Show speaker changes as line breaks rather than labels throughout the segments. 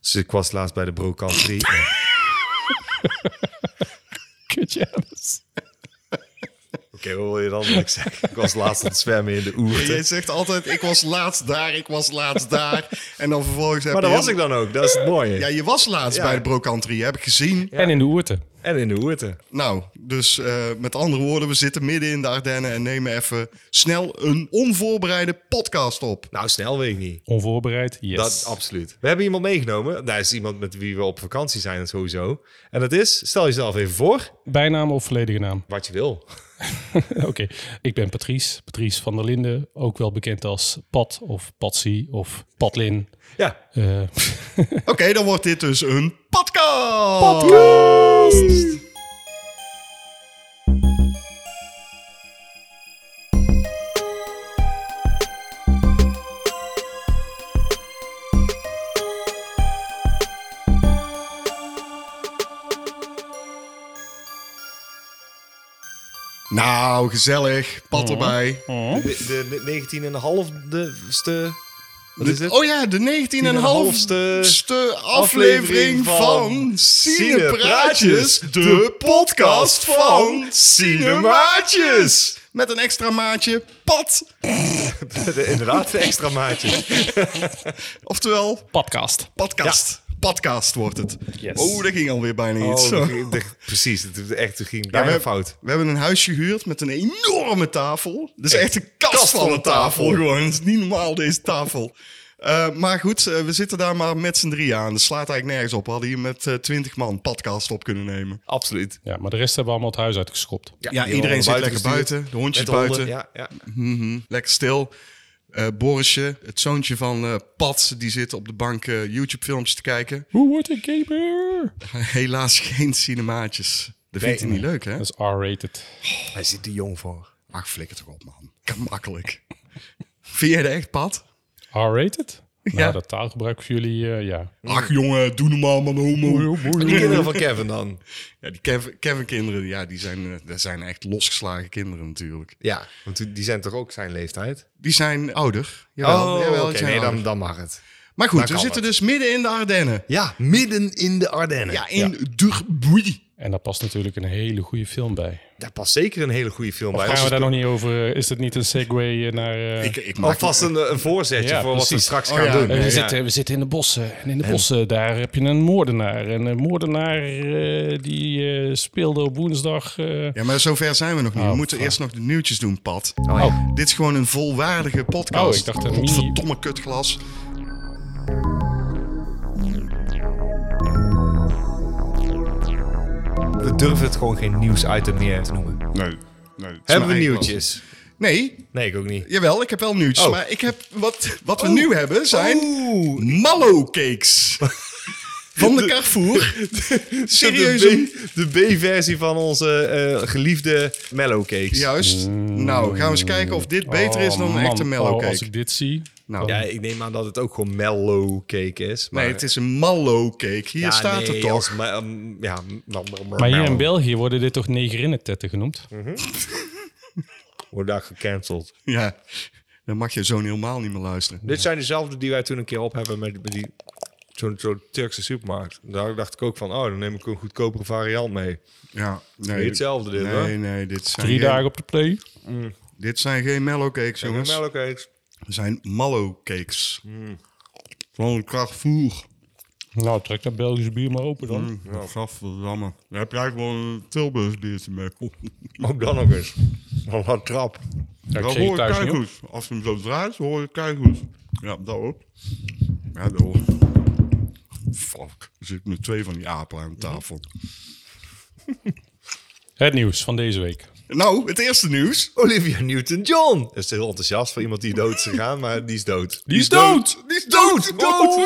Dus ik was laatst bij de Brokant 3.
Kutjanus.
Oké, wat wil je dan dat ik zeg? Ik was laatst aan het zwemmen in de
Jij
oerte.
zegt altijd, ik was laatst daar, ik was laatst daar. En dan vervolgens heb
Maar
je...
daar was ik dan ook, dat is het mooie.
Ja, je was laatst
Ja.
bij de brokantrie, heb ik gezien.
En in de oerte.
En in de oerte.
Nou, dus eh, met andere woorden, we zitten midden in de Ardennen en nemen even snel een onvoorbereide podcast op.
Nou, snel weet ik niet.
Onvoorbereid, yes.
Dat absoluut. We hebben iemand meegenomen. Daar is iemand met wie we op vakantie zijn sowieso. En dat is, stel jezelf even voor,
Bijnaam of volledige naam?
wat je wil.
Oké, ik ben Patrice. Patrice van der Linden, ook wel bekend als Pat of Patsy of Patlin.
Ja.
Eh,
Oké, dan wordt dit dus een podcast! Nou, gezellig. Pat erbij.
De, de, 19,5 ste. Wat
De-
is het?
Oh ja, de 19,5ste
19,5ste
ste aflevering van Cinepraatjes, de podcast van Cinemaatjes. Met een extra maatje, Pat.
Inderdaad, een extra maatje.
Oftewel,
podcast.
podcast. Podcast wordt het.
Yes.
Oh, dat ging alweer bijna iets.
Oh,
Zo.
de- de- precies, het het echt het ging
Ja,
bijna fout.
we hebben een huis gehuurd met een enorme tafel. Dus echt een kast,
kast
van een tafel, gewoon. Het is niet normaal, deze tafel. Eh, maar goed, eh, we zitten daar maar met z'n drieën aan. Dat slaat eigenlijk nergens op. We hadden hier met eh, twintig man podcast op kunnen nemen.
Absoluut.
Ja, maar de rest hebben we allemaal het huis uitgeschopt.
Ja,
die
iedereen zit
waren
lekker
gestuurd.
buiten. De hondjes
Met de honden,
buiten.
Ja, ja.
Lekker stil. Eh, Borisje, het zoontje van eh Pat, die zit op de bank eh, YouTube-filmpjes te kijken.
Hoe wordt een gamer?
Helaas geen cinemaatjes. Dat vindt hij niet leuk, hè?
Dat is R-rated.
Hij zit te jong voor.
Ach, flikker toch op, man. Kan makkelijk. Vind jij dat echt, Pat?
R-rated?
Ja.
Nou, dat taalgebruik voor jullie, eh, ja.
Ach jongen, doe normaal man homo.
Die kinderen van Kevin dan.
Ja, die Kevin, Kevin kinderen, ja, die zijn, eh, dat zijn echt losgeslagen kinderen natuurlijk.
Ja, want die- die zijn toch ook zijn leeftijd?
Die zijn ouder. Jawel,
oh,
jawel,
oké.
die zijn
nee, dan,
ouder.
dan mag het.
Maar goed,
dan
we
kan
zitten
het.
dus midden in de Ardennen.
Ja, midden in de Ardennen.
Ja, in Durbuy.
En daar past natuurlijk een hele goede film bij.
Daar past zeker een hele goede film bij.
Gaan we
Als-
daar nog niet over? eh, Is het niet een segue eh, naar... eh,
Ik, ik maak
Alvast een, een voorzetje
Ja,
voor wat
precies.
we straks
Oh,
gaan
ja.
doen.
Eh,
Ja.
we, zitten, we zitten in de bossen. En in de bossen, daar heb je een moordenaar. En een moordenaar eh, die eh, speelde op woensdag. eh,
Ja, maar zover zijn we nog niet. we
Oh,
moeten
fuck.
eerst nog de nieuwtjes doen, Pat.
Oh, ja.
Dit is gewoon een volwaardige podcast.
Oh, ik dacht een mini-
Godverdomme kutglas.
We durven het gewoon geen nieuwsitem meer te noemen.
Nee, nee.
Hebben we nieuwtjes?
Nee,
Nee, ik ook niet.
jawel, ik heb wel nieuwtjes.
Oh.
Maar ik heb, wat, wat we nu hebben zijn...
Oeh,
Mallowcakes. Van de Carrefour. Serieus. een-
De B- De B-versie van onze eh, geliefde Mellow Cakes.
Juist. Nou, gaan we eens kijken of dit beter is dan
oh,
een
man.
echte
Oh, als
mellowcake.
ik dit zie.
Nou,
Ja, ik neem aan dat het ook gewoon Mellow Cake is. Maar
nee, het is een mallowcake. Hier
Ja,
staat
nee,
het toch.
als ma- um, ja,
Maar hier in België worden dit toch negerinnentetten genoemd?
Wordt daar gecanceld.
Ja, dan mag je zo'n helemaal niet meer luisteren.
Dit zijn dezelfde die wij toen een keer op hebben met, met die zo'n zo'n Turkse supermarkt. Daar dacht ik ook van, oh, dan neem ik een goedkopere variant mee.
Ja, nee.
Weer hetzelfde dit, hoor.
Nee, nee, dit zijn,
Drie
geen,
dagen op de play.
dit zijn geen mellowcakes, jongens.
Mellow Cakes.
Het zijn mallowcakes.
Hmm.
Van de Carrefour.
Nou, trek dat Belgische bier maar open dan.
Ja, gadverdamme. Daar heb jij gewoon een Tilburgs biertje mee.
Ook dan nog eens. Wat een trap.
Ja, ik
Dan
kreeg het
hoor je
thuis niet op.
kijkgoed. Als je hem zo draait, hoor je kijkgoed. Ja, dat ook. Ja, dat ook. Fuck. Er zitten nu twee van die apen aan tafel.
Het nieuws van deze week.
Nou, het eerste nieuws.
Olivia Newton-John. Dat is heel enthousiast voor iemand die dood is gegaan, maar die is dood.
Die is dood!
Die is dood! Dood!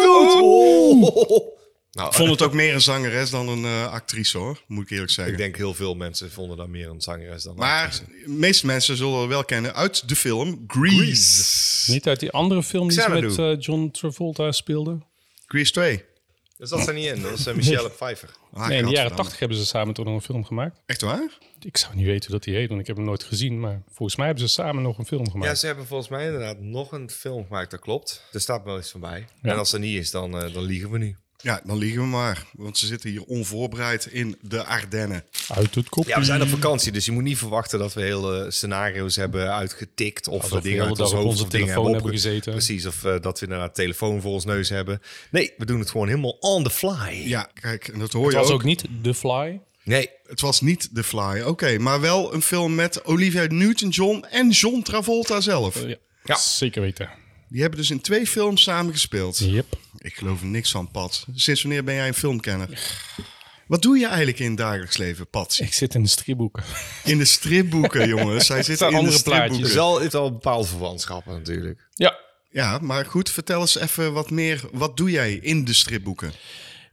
Oh.
Nou,
Ik vond het ook meer een zangeres dan een eh, actrice hoor, moet ik eerlijk zeggen.
Ik denk heel veel mensen vonden dat meer een zangeres dan
Maar de meeste mensen zullen haar wel kennen uit de film Grease.
Niet uit die andere film die ze
Xanadu.
met eh, John Travolta speelde?
Grease 2.
Dus dat zijn niet in. Dat is eh, Michelle Pfeiffer.
nee, in
Ah,
de jaren
gadverdamme.
tachtig hebben ze samen toen nog een film gemaakt.
Echt waar?
Ik zou niet weten hoe dat die heet, want ik heb hem nooit gezien. Maar volgens mij hebben ze samen nog een film
Ja,
gemaakt.
ze hebben volgens mij inderdaad nog een film gemaakt, dat klopt. Er staat wel eens van bij.
Ja.
En als er niet is, dan, eh, dan liegen we nu.
Ja, dan liegen we maar. Want ze zitten hier onvoorbereid in de Ardennen.
Uit het kopje.
Ja, we zijn op vakantie, dus je moet niet verwachten dat we hele scenario's hebben uitgetikt. Of
Alsof
we
we de
dingen
hele
uit ons
dag op
hoofd
onze
of dingen
telefoon
opge-
hebben gezeten.
Precies, of eh, dat we inderdaad telefoon voor ons neus hebben. Nee, we doen het gewoon helemaal on the fly.
Ja, kijk, en dat hoor
Het
je
was
ook.
ook niet The Fly.
Nee,
Het was niet The Fly, oké. maar wel een film met Olivia Newton-John en John Travolta zelf.
Ja.
Ja.
Zeker weten.
Die hebben dus in twee films samengespeeld.
Yep.
Ik geloof er niks van, Pat. Sinds wanneer ben jij een filmkenner? Wat doe je eigenlijk in het dagelijks leven, Pat?
Ik zit in de stripboeken.
In de stripboeken, jongens. Zij zitten in
zijn
de
andere
stripboeken.
er is wel, het al bepaald verwantschappen natuurlijk.
Ja.
Ja, maar goed, vertel eens even wat meer. Wat doe jij in de stripboeken?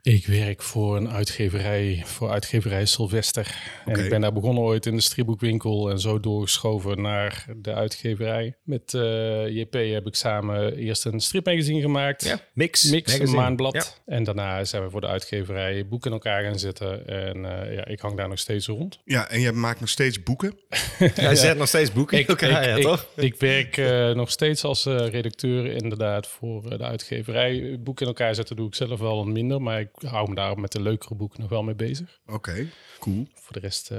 Ik werk voor een uitgeverij, voor uitgeverij Sylvester.
Oké.
En ik ben daar begonnen ooit in de stripboekwinkel en zo doorgeschoven naar de uitgeverij. Met eh, JP heb ik samen eerst een stripmagazine gemaakt.
Ja, Mix.
Mix, een
magazine.
maandblad.
Ja.
En daarna zijn we voor de uitgeverij boeken in elkaar gaan zetten. En eh, ja, ik hang daar nog steeds rond.
Ja, en jij maakt nog steeds boeken.
Hij zet nog steeds boeken in elkaar, ja,
ik,
toch?
ik werk eh, nog steeds als eh, redacteur inderdaad voor eh, de uitgeverij. Boeken in elkaar zetten doe ik zelf wel wat minder. Maar ik hou me daar met de leukere boeken nog wel mee bezig.
Oké, cool.
Voor de rest eh,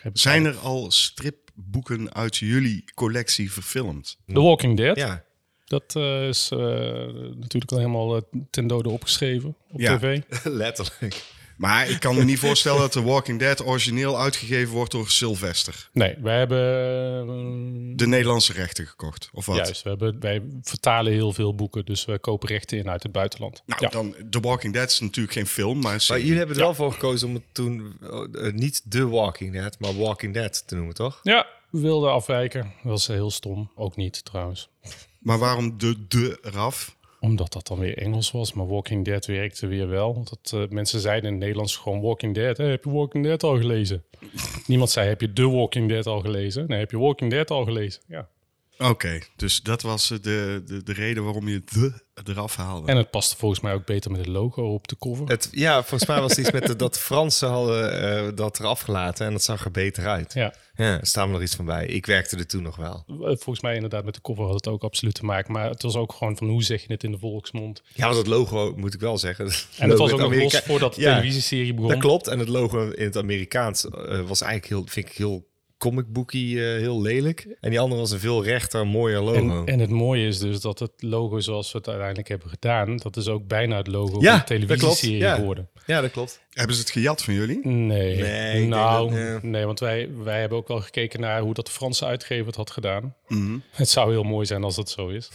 heb ik
Zijn er al stripboeken uit jullie collectie verfilmd?
The Walking Dead.
Ja.
Dat eh, is eh, natuurlijk al helemaal eh, ten dode opgeschreven op
Ja.
tv.
Letterlijk.
Maar ik kan me niet voorstellen dat The Walking Dead origineel uitgegeven wordt door Sylvester.
Nee, wij hebben... eh,
De Nederlandse rechten gekocht, of wat?
juist, we hebben, wij vertalen heel veel boeken. Dus we kopen rechten in uit het buitenland.
Nou,
ja.
dan The Walking Dead is natuurlijk geen film, maar... een
Maar
serie.
jullie hebben er wel voor gekozen om het toen eh, eh, niet The Walking Dead, maar Walking Dead te noemen, toch?
ja, we wilden afwijken. Dat was heel stom. Ook niet trouwens.
Maar waarom de de eraf?
Omdat dat dan weer Engels was. Maar Walking Dead werkte weer wel. Want dat, eh, mensen zeiden in het Nederlands gewoon Walking Dead. Hé, heb je Walking Dead al gelezen? Niemand zei, heb je The Walking Dead al gelezen? Nee, heb je Walking Dead al gelezen? Ja.
Oké, dus dat was eh, de, de, de reden waarom je de eraf haalde.
En het paste volgens mij ook beter met het logo op de cover.
Het, ja, volgens mij was het iets met de- dat de Fransen hadden eh, dat eraf gelaten en dat zag er beter uit.
Ja,
Ja, staan we er iets van bij. Ik werkte er toen nog wel.
eh, volgens mij inderdaad met de cover had het ook absoluut te maken. Maar het was ook gewoon van hoe zeg je het in de volksmond.
Ja, want dat logo moet ik wel zeggen.
En het was ook
in
nog
Amerika-
los voordat de
Ja,
televisieserie begon.
Dat klopt. En het logo in het Amerikaans eh, was eigenlijk heel, vind ik heel comicbookie, eh, heel lelijk. En die andere was een veel rechter, mooier logo.
En, en het mooie is dus dat het logo zoals we het uiteindelijk hebben gedaan... dat is ook bijna het
Ja,
logo van de
dat klopt,
televisieserie
ja.
geworden.
ja, dat klopt.
Hebben ze het gejat van jullie?
Nee,
Nee, ik denk
nou,
dat, eh, nee.
nee, want wij, wij hebben ook wel gekeken naar hoe dat de Franse uitgever het had gedaan.
Mhm.
Het zou heel mooi zijn als dat zo is.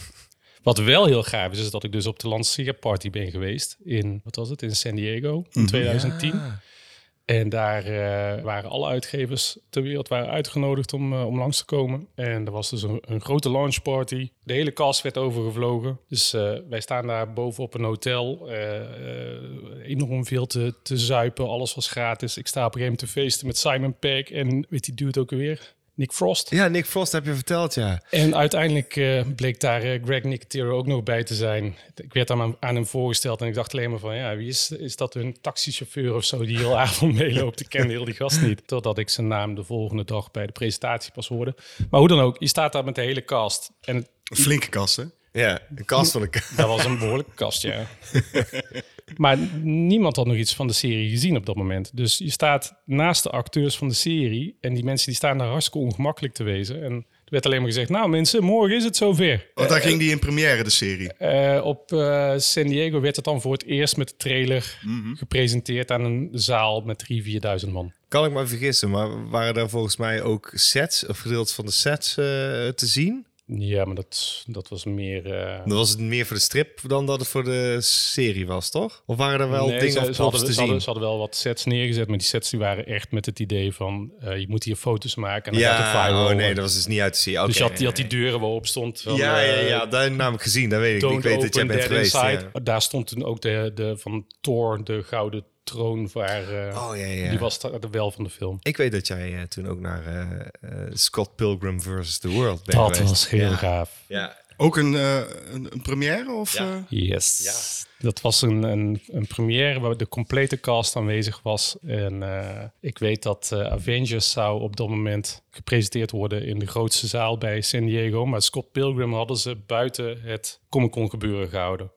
Wat wel heel gaaf is, is dat ik dus op de lanceerparty ben geweest in, wat was het, in San Diego in
Mhm.
2010. En daar eh, waren alle uitgevers ter wereld waren uitgenodigd om, eh, om langs te komen. En er was dus een, een grote launchparty. De hele cast werd overgevlogen. Dus eh, wij staan daar bovenop een hotel. eh, eh, enorm veel te, te zuipen. Alles was gratis. Ik sta op een gegeven moment te feesten met Simon Peck. En weet die dude ook weer? Nick Frost.
Ja, Nick Frost heb je verteld, ja.
En uiteindelijk eh, bleek daar eh, Greg Nicotero ook nog bij te zijn. Ik werd aan, hem- aan hem voorgesteld en ik dacht alleen maar van... ja, wie is, is dat hun taxichauffeur of zo die heel avond meeloopt? Ik ken heel die gast niet. Totdat ik zijn naam de volgende dag bij de presentatie pas hoorde. Maar hoe dan ook, je staat daar met de hele cast. En het-
Een Flinke kasten.
Ja, een kast van elkaar.
dat was een behoorlijke kast, ja. maar niemand had nog iets van de serie gezien op dat moment. Dus je staat naast de acteurs van de serie... en die mensen die staan daar hartstikke ongemakkelijk te wezen... En, er werd alleen maar gezegd, nou mensen, morgen is het zover.
Eh,
Want daar ging die in première, de serie.
Eh, op eh, San Diego werd het dan voor het eerst met de trailer
Mhm.
gepresenteerd aan een zaal met 3.000, 4.000 man.
Kan ik me vergissen, maar waren daar volgens mij ook sets, of gedeeltes van de sets eh, te zien?
Ja, maar dat, dat was meer. eh,
Dan was het meer voor de strip dan dat het voor de serie was, toch? Of waren er wel
nee,
dingen
ze,
of
ze
props
hadden,
te
ze,
zien?
hadden, ze hadden wel wat sets neergezet, maar die sets die waren echt met het idee van eh, je moet hier foto's maken en dan gaat het viral.
Ja, oh nee, dat was dus niet uit te zien.
Dus je
Oké,
had, je had die deuren waarop stond. Van,
Ja, ja,
eh,
ja, dat heb ik namelijk gezien. Dat weet ik.
Don't
Ik weet dat jij
open
bent
that
geweest. ja.
inside. Daar stond toen ook de, de van Thor, de gouden troon waar. eh,
Oh ja, ja.
Die was daar wel van de film.
Ik weet dat jij eh, toen ook naar eh, eh, Scott Pilgrim versus the World bent
Dat
geweest.
was heel
ja.
gaaf.
Ja.
Ook een, eh, een, een première? Of,
Ja.
eh?
Yes. Dat was een, een, een première waar de complete cast aanwezig was. En eh, ik weet dat eh, Avengers zou op dat moment gepresenteerd worden in de grootste zaal bij San Diego. Maar Scott Pilgrim hadden ze buiten het Comic Con gebeuren gehouden.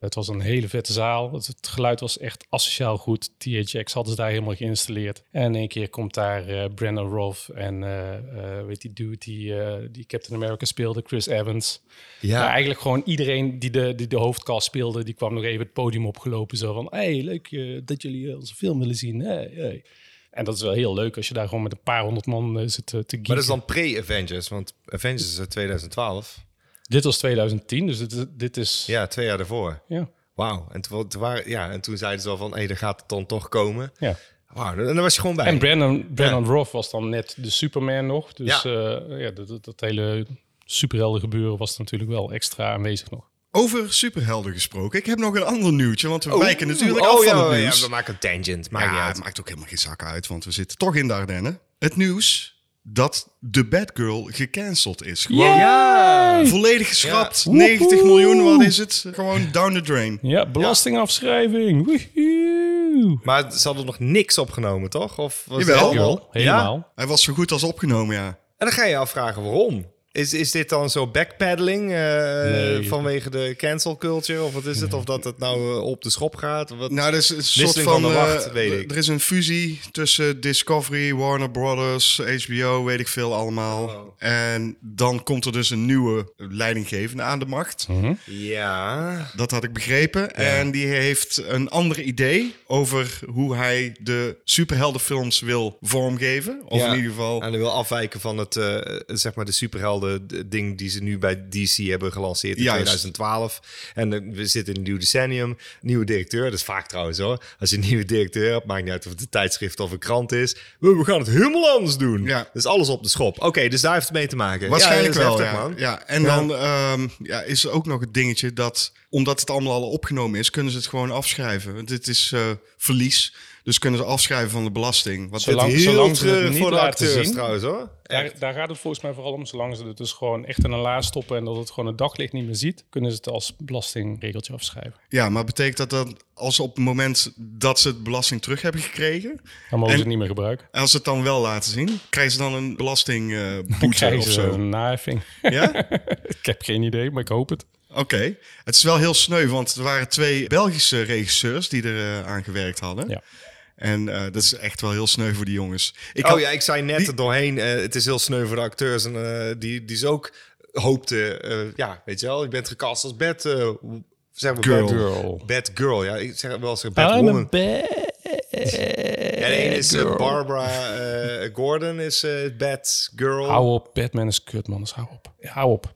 Het was een hele vette zaal. Het, het geluid was echt asociaal goed. THX hadden ze daar helemaal geïnstalleerd. En in één keer komt daar eh Brandon Roth en eh, eh, weet die dude die, eh, die Captain America speelde, Chris Evans. Ja. eigenlijk gewoon iedereen die de, die de hoofdkast speelde, die kwam nog even het podium opgelopen. Zo van, hey, leuk eh, dat jullie eh, onze film willen zien. Hey, hey. En dat is wel heel leuk als je daar gewoon met een paar honderd man eh, zit eh, te geeken.
Maar dat is dan pre-Avengers, want Avengers is uit 2012.
Dit was 2010, dus dit, is- dit is...
Ja, twee jaar daarvoor.
Ja.
Wauw. En, toen- toen waren- ja, en toen zeiden ze al van, hé, daar gaat het dan toch komen.
ja.
Wauw, en daar was je gewoon bij.
En Brandon, Brandon Roth was dan net de Superman nog. Dus ja, ja dat, dat, dat hele superhelden gebeuren was natuurlijk wel extra aanwezig nog.
Over superhelden gesproken. Ik heb nog een ander nieuwtje, want we wijken natuurlijk
oh,
af
ja,
van
ja,
het
ja,
nieuws.
we maken een tangent. Maakt
Maar
niet
ja,
uit.
het maakt ook helemaal geen zak uit, want we zitten toch in de Ardennen. Het nieuws dat de Batgirl gecanceld is. Gewoon volledig geschrapt.
Ja.
90
Woehoe.
miljoen, wat is het? Gewoon down the drain.
Ja, belastingafschrijving. Woehoe.
Maar ze hadden nog niks opgenomen, toch? Of was
Jawel.
het
Jawel, helemaal.
Hij was zo goed als opgenomen, ja.
En dan ga je je afvragen waarom. Is, is dit dan zo backpedaling eh,
Nee.
vanwege de cancel culture? Of wat is het? Of dat het nou eh, op de schop gaat? Wat?
Nou, dat is een soort
Wisseling
van...
van de
eh,
wacht, weet ik.
Er is een fusie tussen Discovery, Warner Brothers, HBO, weet ik veel allemaal. En dan komt er dus een nieuwe leidinggevende aan de macht.
Ja.
Dat had ik begrepen. En die heeft een ander idee over hoe hij de superheldenfilms wil vormgeven. Of
Ja.
in ieder geval...
En hij wil afwijken van het, eh, zeg maar, de superhelden d- ding die ze nu bij DC hebben gelanceerd in
Juist.
2012. En eh, we zitten in een nieuw decennium. Nieuwe directeur, dat is vaak trouwens hoor. Als je een nieuwe directeur hebt, maakt niet uit of het een tijdschrift of een krant is. We, we gaan het helemaal anders doen.
Ja.
Dus alles op de schop. Oké, dus daar heeft het mee te maken.
Waarschijnlijk
Ja, dat is
wel,
heftig,
ja.
man.
ja. En
Ja.
dan ehm, ja, is er ook nog het dingetje dat... omdat het allemaal al opgenomen is, kunnen ze het gewoon afschrijven. Want dit is eh, verlies. Dus kunnen ze afschrijven van de belasting. Wat
Zolang-
dit
Heel
zolang ze het
treurig
niet
voor de
laten
acteurs
zien.
trouwens hoor.
Daar, daar gaat het volgens mij vooral om. Zolang ze het dus gewoon echt in een la stoppen en dat het gewoon het daglicht niet meer ziet, kunnen ze het als belastingregeltje afschrijven.
Ja, maar betekent dat dan als op het moment dat ze het belasting terug hebben gekregen...
Dan mogen ze
En-
het niet meer gebruiken.
en als ze het dan wel laten zien, krijgen ze dan een
Dan
belastingboete
krijgen
of
ze
zo?
een naheffing.
Ja?
ik heb geen idee, maar ik hoop het.
Oké. Het is wel heel sneu, want er waren twee Belgische regisseurs die er eh, aan gewerkt hadden.
Ja.
En eh, dat is echt wel heel sneu voor die jongens. Ik
oh
had-
ja, ik zei net er doorheen, eh, het is heel sneu voor de acteurs. En, eh, die, die ze ook hoopte, eh, ja, weet je wel, je bent gecast als bad, eh, zeg maar
Girl.
bad Bad girl, ja, ik zeg wel eens bad
I'm a
woman.
bad
En één is eh,
girl.
Barbara eh, Gordon, is eh bad girl.
Hou op, Batman is kut, man. Dus hou op. Ja, hou op.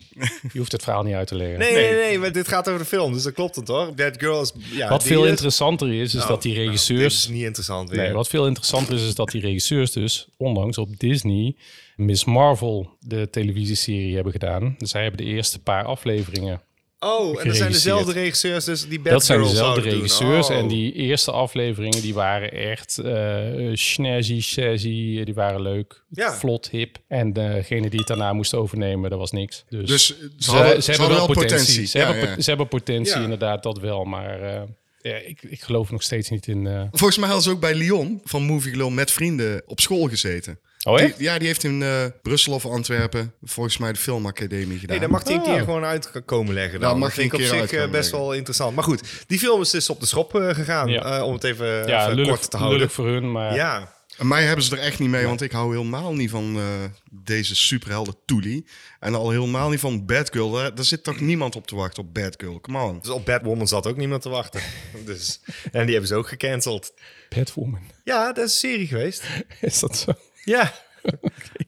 Je hoeft het verhaal niet uit te leggen.
Nee, nee, nee, maar dit gaat over de film, dus dat klopt het hoor. Bad girl is... Ja,
Wat
die
veel
is-
interessanter is, is dat die
Dit
regisseurs...
is niet interessant weer.
Nee, wat veel interessanter is, is dat die regisseurs dus onlangs op Disney Miss Marvel de televisieserie hebben gedaan. Zij hebben de eerste paar afleveringen.
oh, en dat zijn
geregisseerd.
dezelfde regisseurs, dus die bad
dat zijn
girl
dezelfde
zouden doen.
regisseurs
Oh.
en die eerste afleveringen die waren echt eh eh, snazzy, shazzy, eh, die waren leuk,
Ja.
vlot, hip. En degene die het daarna moest overnemen, dat was niks. Dus,
Dus ze,
ze,
hadden,
ze hebben wel potentie. Ze,
Ja,
hebben,
ja.
po- ze hebben potentie,
Ja.
inderdaad, dat wel. Maar eh, ja, ik, ik geloof nog steeds niet in... eh,
Volgens mij hadden ze ook bij Lyon van Movie Lul met vrienden op school gezeten.
Oh,
Die-
echt?
ja, die heeft in eh, Brussel of Antwerpen volgens mij de filmacademie gedaan.
Nee, daar mag hij een
Ah.
keer gewoon uit komen leggen. Dan.
Oh. Daar mag
dat vind
hij
ik
een
op
keer
zich
uit
eh,
komen
best wel interessant. Maar goed, die film is dus op de schop eh, gegaan.
Ja.
eh, om het even, eh,
ja,
even
lullig,
kort te houden.
lullig voor hun, maar...
Ja,
En mij hebben ze er echt niet mee, want ik hou helemaal niet van eh, deze superhelden Toelie. En al helemaal niet van Batgirl. Daar, daar zit toch niemand op te wachten op Batgirl. Come on.
dus op Batwoman zat ook niemand te wachten. dus, en die hebben ze ook gecanceld.
Batwoman.
Ja, dat is een serie geweest.
Is dat zo?
Ja.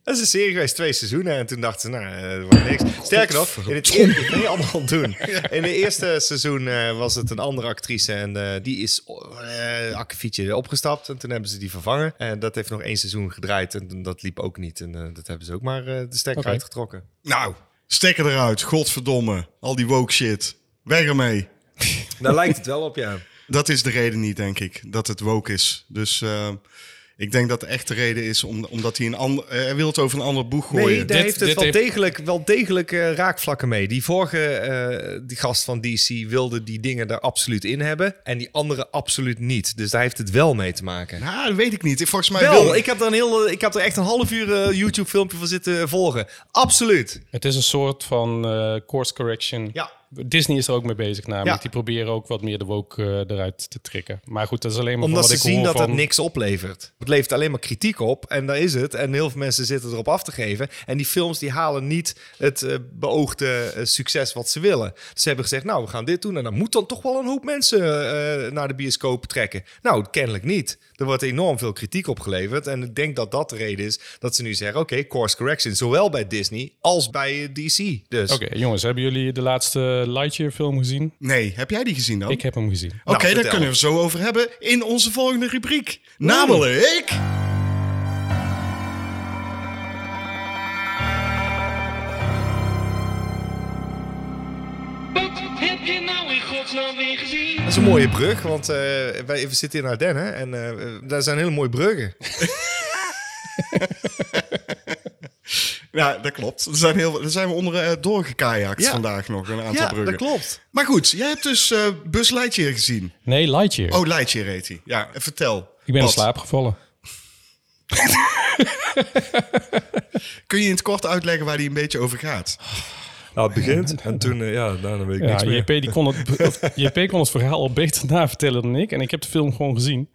Dat is een serie geweest, twee seizoenen. En toen dachten ze, nou, eh, dat wordt niks. Sterker nog, in het eerste, dat kun je allemaal doen. In het eerste seizoen eh, was het een andere actrice. En eh, die is eh akkefietje opgestapt. En toen hebben ze die vervangen. En dat heeft nog één seizoen gedraaid. En dat liep ook niet. En eh, dat hebben ze ook maar eh, de stekker
Oké.
uitgetrokken.
Nou, stekker eruit. Godverdomme. Al die woke shit. Weg ermee.
Daar lijkt het wel op, ja.
Dat is de reden niet, denk ik, dat het woke is. Dus eh, ik denk dat de echte reden is om, omdat hij een ander... eh, hij wil het over een ander boeg gooien.
Nee, daar
Dit-
heeft het
dit
wel,
heeft-
degelijk, wel degelijk eh, raakvlakken mee. Die vorige eh, die gast van DC wilde die dingen daar absoluut in hebben. En die andere absoluut niet. Dus daar heeft het wel mee te maken.
Nou, dat weet ik niet. Ik- Volgens mij wil...
Wel, ik heb, er een heel, eh, ik heb er echt een half uur eh, YouTube-filmpje van zitten volgen. Absoluut.
Het is een soort van eh, course correction
Ja.
Disney is er ook mee bezig namelijk.
Ja.
Die proberen ook wat meer de woke eh, eruit te trekken. Maar goed, dat is alleen maar
Omdat ze
van wat ik
zien
hoor
dat
van...
het niks oplevert. Het levert alleen maar kritiek op en daar is het. En heel veel mensen zitten erop af te geven. En die films die halen niet het eh, beoogde eh, succes wat ze willen. Dus ze hebben gezegd, nou, we gaan dit doen. En dan moet dan toch wel een hoop mensen eh, naar de bioscoop trekken. Nou, kennelijk niet. Er wordt enorm veel kritiek opgeleverd. En ik denk dat dat de reden is dat ze nu zeggen... oké, course correction. Zowel bij Disney als bij eh, DC. Dus
Oké, jongens, hebben jullie de laatste Lightyear film gezien?
Nee, heb jij die gezien
Oh.
dan?
Ik heb hem gezien.
Oké,
Nou,
daar
vertel.
kunnen we het zo over hebben in onze volgende rubriek. Namelijk...
Wat heb je nou in godsnaam weer gezien?
dat is een mooie brug. Want eh, wij, we zitten in Ardennen en eh, daar zijn hele mooie bruggen.
Ja, dat klopt. Er zijn, heel, veel- er zijn we onder eh, doorgekajakt
Ja.
vandaag nog, een aantal
Ja,
bruggen.
dat klopt.
Maar goed, jij hebt dus eh Bus Lightyear gezien.
Nee, Lightyear.
Oh, Lightyear heet hij. Ja, en vertel.
ik ben in
Bas,
slaap gevallen.
Kun je in het kort uitleggen waar die een beetje over gaat?
Nou, het begint en toen, eh, ja, daarna weet ik
Ja,
niks meer.
JP, die kon het, of, JP kon het verhaal al beter navertellen dan ik. En ik heb de film gewoon gezien.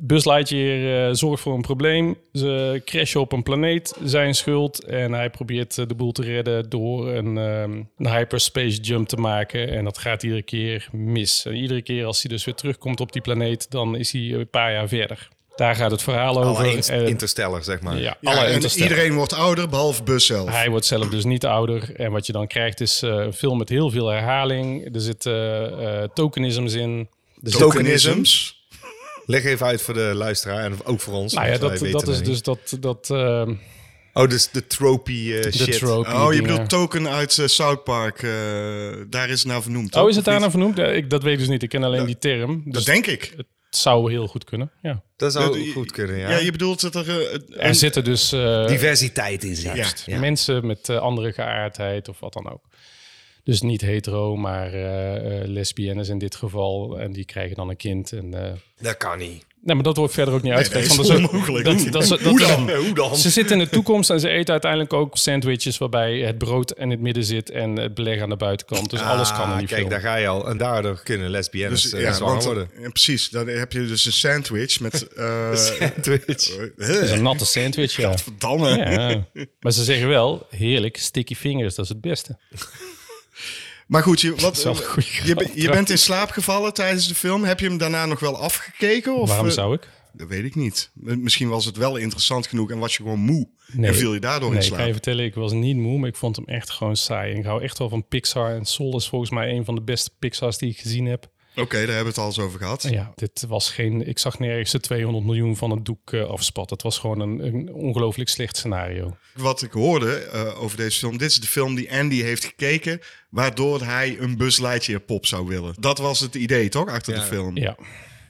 Buzz Lightyear eh, zorgt voor een probleem. Ze crashen op een planeet, zijn schuld. En hij probeert eh, de boel te redden door een, ehm, een hyperspace jump te maken. En dat gaat iedere keer mis. En iedere keer als hij dus weer terugkomt op die planeet, dan is hij een paar jaar verder. Daar gaat het verhaal over.
Alle inst-
Eh,
Interstellar, zeg maar.
ja,
Ja,
alle
en
interstellar.
iedereen wordt ouder, behalve Bus zelf.
Hij wordt zelf dus niet ouder. En wat je dan krijgt is eh, een film met heel veel herhaling. Er zit eh, eh, tokenisms in.
Dus
Tokenisms.
Leg even uit voor de luisteraar en ook voor ons.
Nou ja,
want wij
dat,
weten
dat is
niet.
dus dat, dat eh,
Oh, dus de tropy eh,
de
shit.
trope.
Oh, je
dingen.
bedoelt Token uit eh, South Park. eh, daar is het naar vernoemd.
Oh, is het
toch? Of niet?
daarna vernoemd? Ja, ik, dat weet ik dus niet. Ik ken alleen die term.
Dat
Dus
denk ik.
het zou heel goed kunnen. Ja.
Dat zou
Eh,
goed kunnen, ja.
Ja, je bedoelt dat er... eh, een-
Er zitten dus eh,
Diversiteit in zit.
Juist.
Ja.
mensen met eh, andere geaardheid of wat dan ook. Dus niet hetero, maar eh, eh, lesbiennes in dit geval. En die krijgen dan een kind. En, eh,
Dat kan niet.
Nee, maar dat wordt verder ook niet uitgelegd.
dat
want
is
ook-
onmogelijk.
dat- dat is- dat
Hoe
is-
dan?
Eh, Hoe dan?
Ze zitten in de toekomst en ze eten uiteindelijk ook sandwiches waarbij het brood in het midden zit en het beleg aan de buitenkant. Dus alles kan in
Ah,
die
kijk,
film.
daar ga je al. En daardoor kunnen lesbiennes
Dus,
eh,
ja,
zwanger
want,
worden.
eh, precies. Dan heb je dus een sandwich met... eh
Twitch.
Dat is een natte sandwich, ja.
Damme.
Ja. Maar ze zeggen wel, heerlijk, sticky fingers, dat is het beste.
Maar goed, je, wat,
wel een goeie grap,
je, be- je
trouwens.
bent in slaap gevallen tijdens de film. Heb je hem daarna nog wel afgekeken? Of,
Waarom
eh,
zou ik?
Dat weet ik niet. M- Misschien was het wel interessant genoeg en was je gewoon moe.
Nee.
En viel je daardoor
Nee,
in
ik ga
slaap.
je vertellen, ik was niet moe, maar ik vond hem echt gewoon saai. En ik hou echt wel van Pixar en Soul is volgens mij een van de beste Pixars die ik gezien heb.
Oké, daar hebben we het al eens over gehad.
En Ja, dit was geen, ik zag nergens de 200 miljoen van het doek eh, afspatten. Het was gewoon een, een ongelooflijk slecht scenario.
Wat ik hoorde eh, over deze film. Dit is de film die Andy heeft gekeken. Waardoor hij een Buzz Lightyear pop zou willen. Dat was het idee toch, achter de film?
Ja.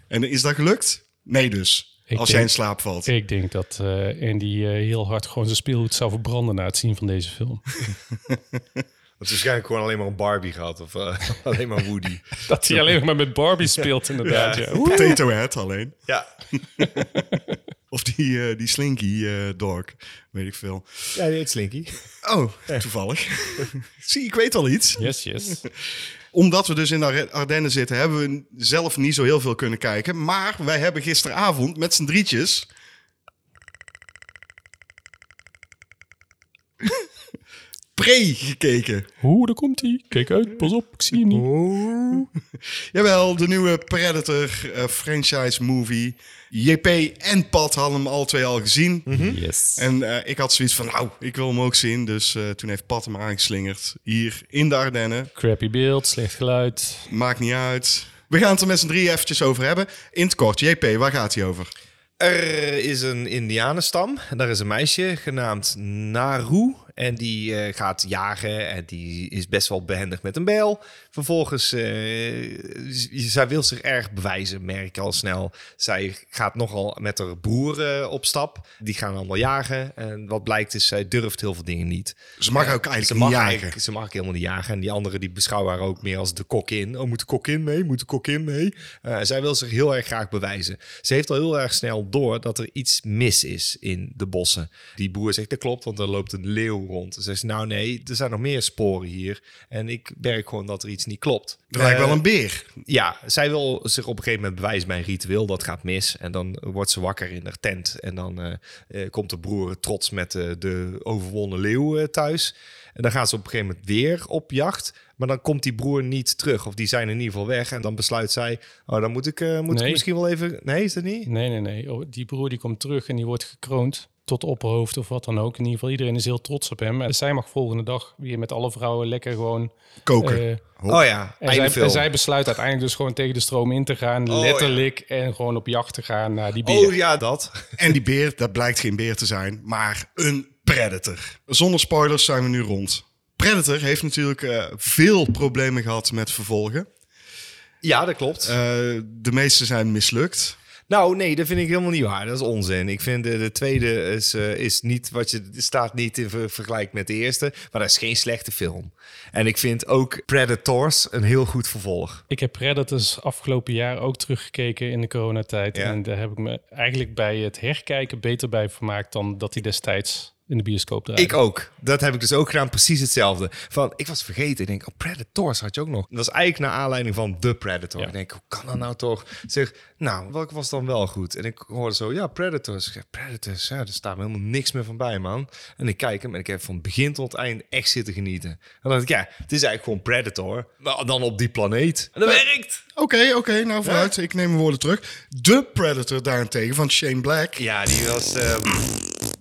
En is dat gelukt? Nee dus.
Ik
als
denk-
jij in slaap valt.
Ik denk dat eh Andy eh, heel hard gewoon zijn speelgoed zou verbranden na het zien van deze film.
Dat is waarschijnlijk gewoon alleen maar een Barbie gehad. Of eh, alleen maar Woody.
Dat hij alleen maar met Barbie speelt, inderdaad. Ja. Oeh.
Potato Head alleen.
ja.
Of die, eh, die Slinky eh, Dog. Weet ik veel.
Ja, dit Slinky.
Oh, toevallig. Zie, ik weet al iets.
Yes, yes.
Omdat we dus in de Ar- Ardennen zitten, hebben we zelf niet zo heel veel kunnen kijken. Maar wij hebben gisteravond met z'n drietjes. Pre gekeken.
Hoe, daar komt hij. Kijk uit, pas op, ik zie je niet.
Jawel, de nieuwe Predator eh, franchise movie. JP en Pat hadden hem al twee al gezien.
Mhm.
Mhm.
Yes.
En eh, ik had zoiets van, nou, ik wil hem ook zien. Dus eh, toen heeft Pat hem aangeslingerd. Hier in de Ardennen.
Crappy beeld, slecht geluid.
Maakt niet uit. We gaan het er met z'n drieën eventjes over hebben. In het kort, JP, waar gaat hij over?
Er is een indianenstam. En Daar is een meisje genaamd Naru. En die eh, gaat jagen en die is best wel behendig met een bijl. Vervolgens, eh, z- zij wil zich erg bewijzen, merk ik al snel. Zij gaat nogal met haar broer eh, op stap. Die gaan allemaal jagen. En wat blijkt is, zij durft heel veel dingen niet. Eh,
Ze mag ook eigenlijk
Ze mag,
niet
eigenlijk, ze mag helemaal niet jagen. En die anderen die beschouwen haar ook meer als de kokin. Oh, moet de kokin mee? Moet de kokin mee? Eh, zij wil zich heel erg graag bewijzen. Ze heeft al heel erg snel door dat er iets mis is in de bossen. Die boer zegt, dat klopt, want er loopt een leeuw gewoon rond. Dan zegt ze, nou nee, er zijn nog meer sporen hier. En ik merk gewoon dat er iets niet klopt.
Het lijkt wel
Eh,
een beer.
Ja, zij wil zich op een gegeven moment bewijzen bij een ritueel. Dat gaat mis. En dan wordt ze wakker in haar tent. En dan eh, eh, komt de broer trots met eh, de overwonnen leeuw eh, thuis. En dan gaan ze op een gegeven moment weer op jacht. Maar dan komt die broer niet terug. Of die zijn in ieder geval weg. En dan besluit zij, oh, dan moet ik, eh, moet ik
Nee.
misschien wel even... Nee, is dat niet?
Nee, nee, nee. Oh, die broer die komt terug en die wordt gekroond tot opperhoofd of wat dan ook. In ieder geval, iedereen is heel trots op hem. En zij mag volgende dag weer met alle vrouwen lekker gewoon...
Koken.
eh,
Oh ja,
en,
einde
zij,
film.
en zij besluit uiteindelijk dus gewoon tegen de stroom in te gaan.
Oh, ja.
letterlijk. En gewoon op jacht te gaan naar die bier.
Oh ja, dat.
En die beer, dat blijkt geen beer te zijn, maar een predator. Zonder spoilers zijn we nu rond. Predator heeft natuurlijk eh, veel problemen gehad met vervolgen.
Ja, dat klopt.
Eh, de meeste zijn mislukt.
Nou, nee, dat vind ik helemaal niet waar. Dat is onzin. Ik vind eh, de, de tweede is, eh, is niet wat je staat niet in ver- vergelijk met de eerste, maar dat is geen slechte film. En ik vind ook Predators een heel goed vervolg.
Ik heb Predators afgelopen jaar ook teruggekeken in de coronatijd.
Ja.
En daar heb ik me eigenlijk bij het herkijken beter bij vermaakt dan dat hij destijds in de bioscoop draaide.
Ik ook. Dat heb ik dus ook gedaan. Precies hetzelfde. Van, ik was vergeten. Ik denk, oh, Predators had je ook nog. Dat was eigenlijk naar aanleiding van The Predator.
Ja.
Ik denk, hoe kan dat nou toch? Ik Zeg, nou, welke was dan wel goed? En ik hoorde zo, ja, Predators. Ik zeg, Predators, ja, daar staat me helemaal niks meer van bij, man. En ik kijk hem en ik heb van begin tot eind echt zitten genieten. En dan dacht ik, ja, het is eigenlijk gewoon Predator. Maar dan op die planeet. En dat werkt.
Oké, oké, nou vooruit. Ik neem mijn woorden terug. De predator daarentegen van Shane Black.
Ja, die was... eh,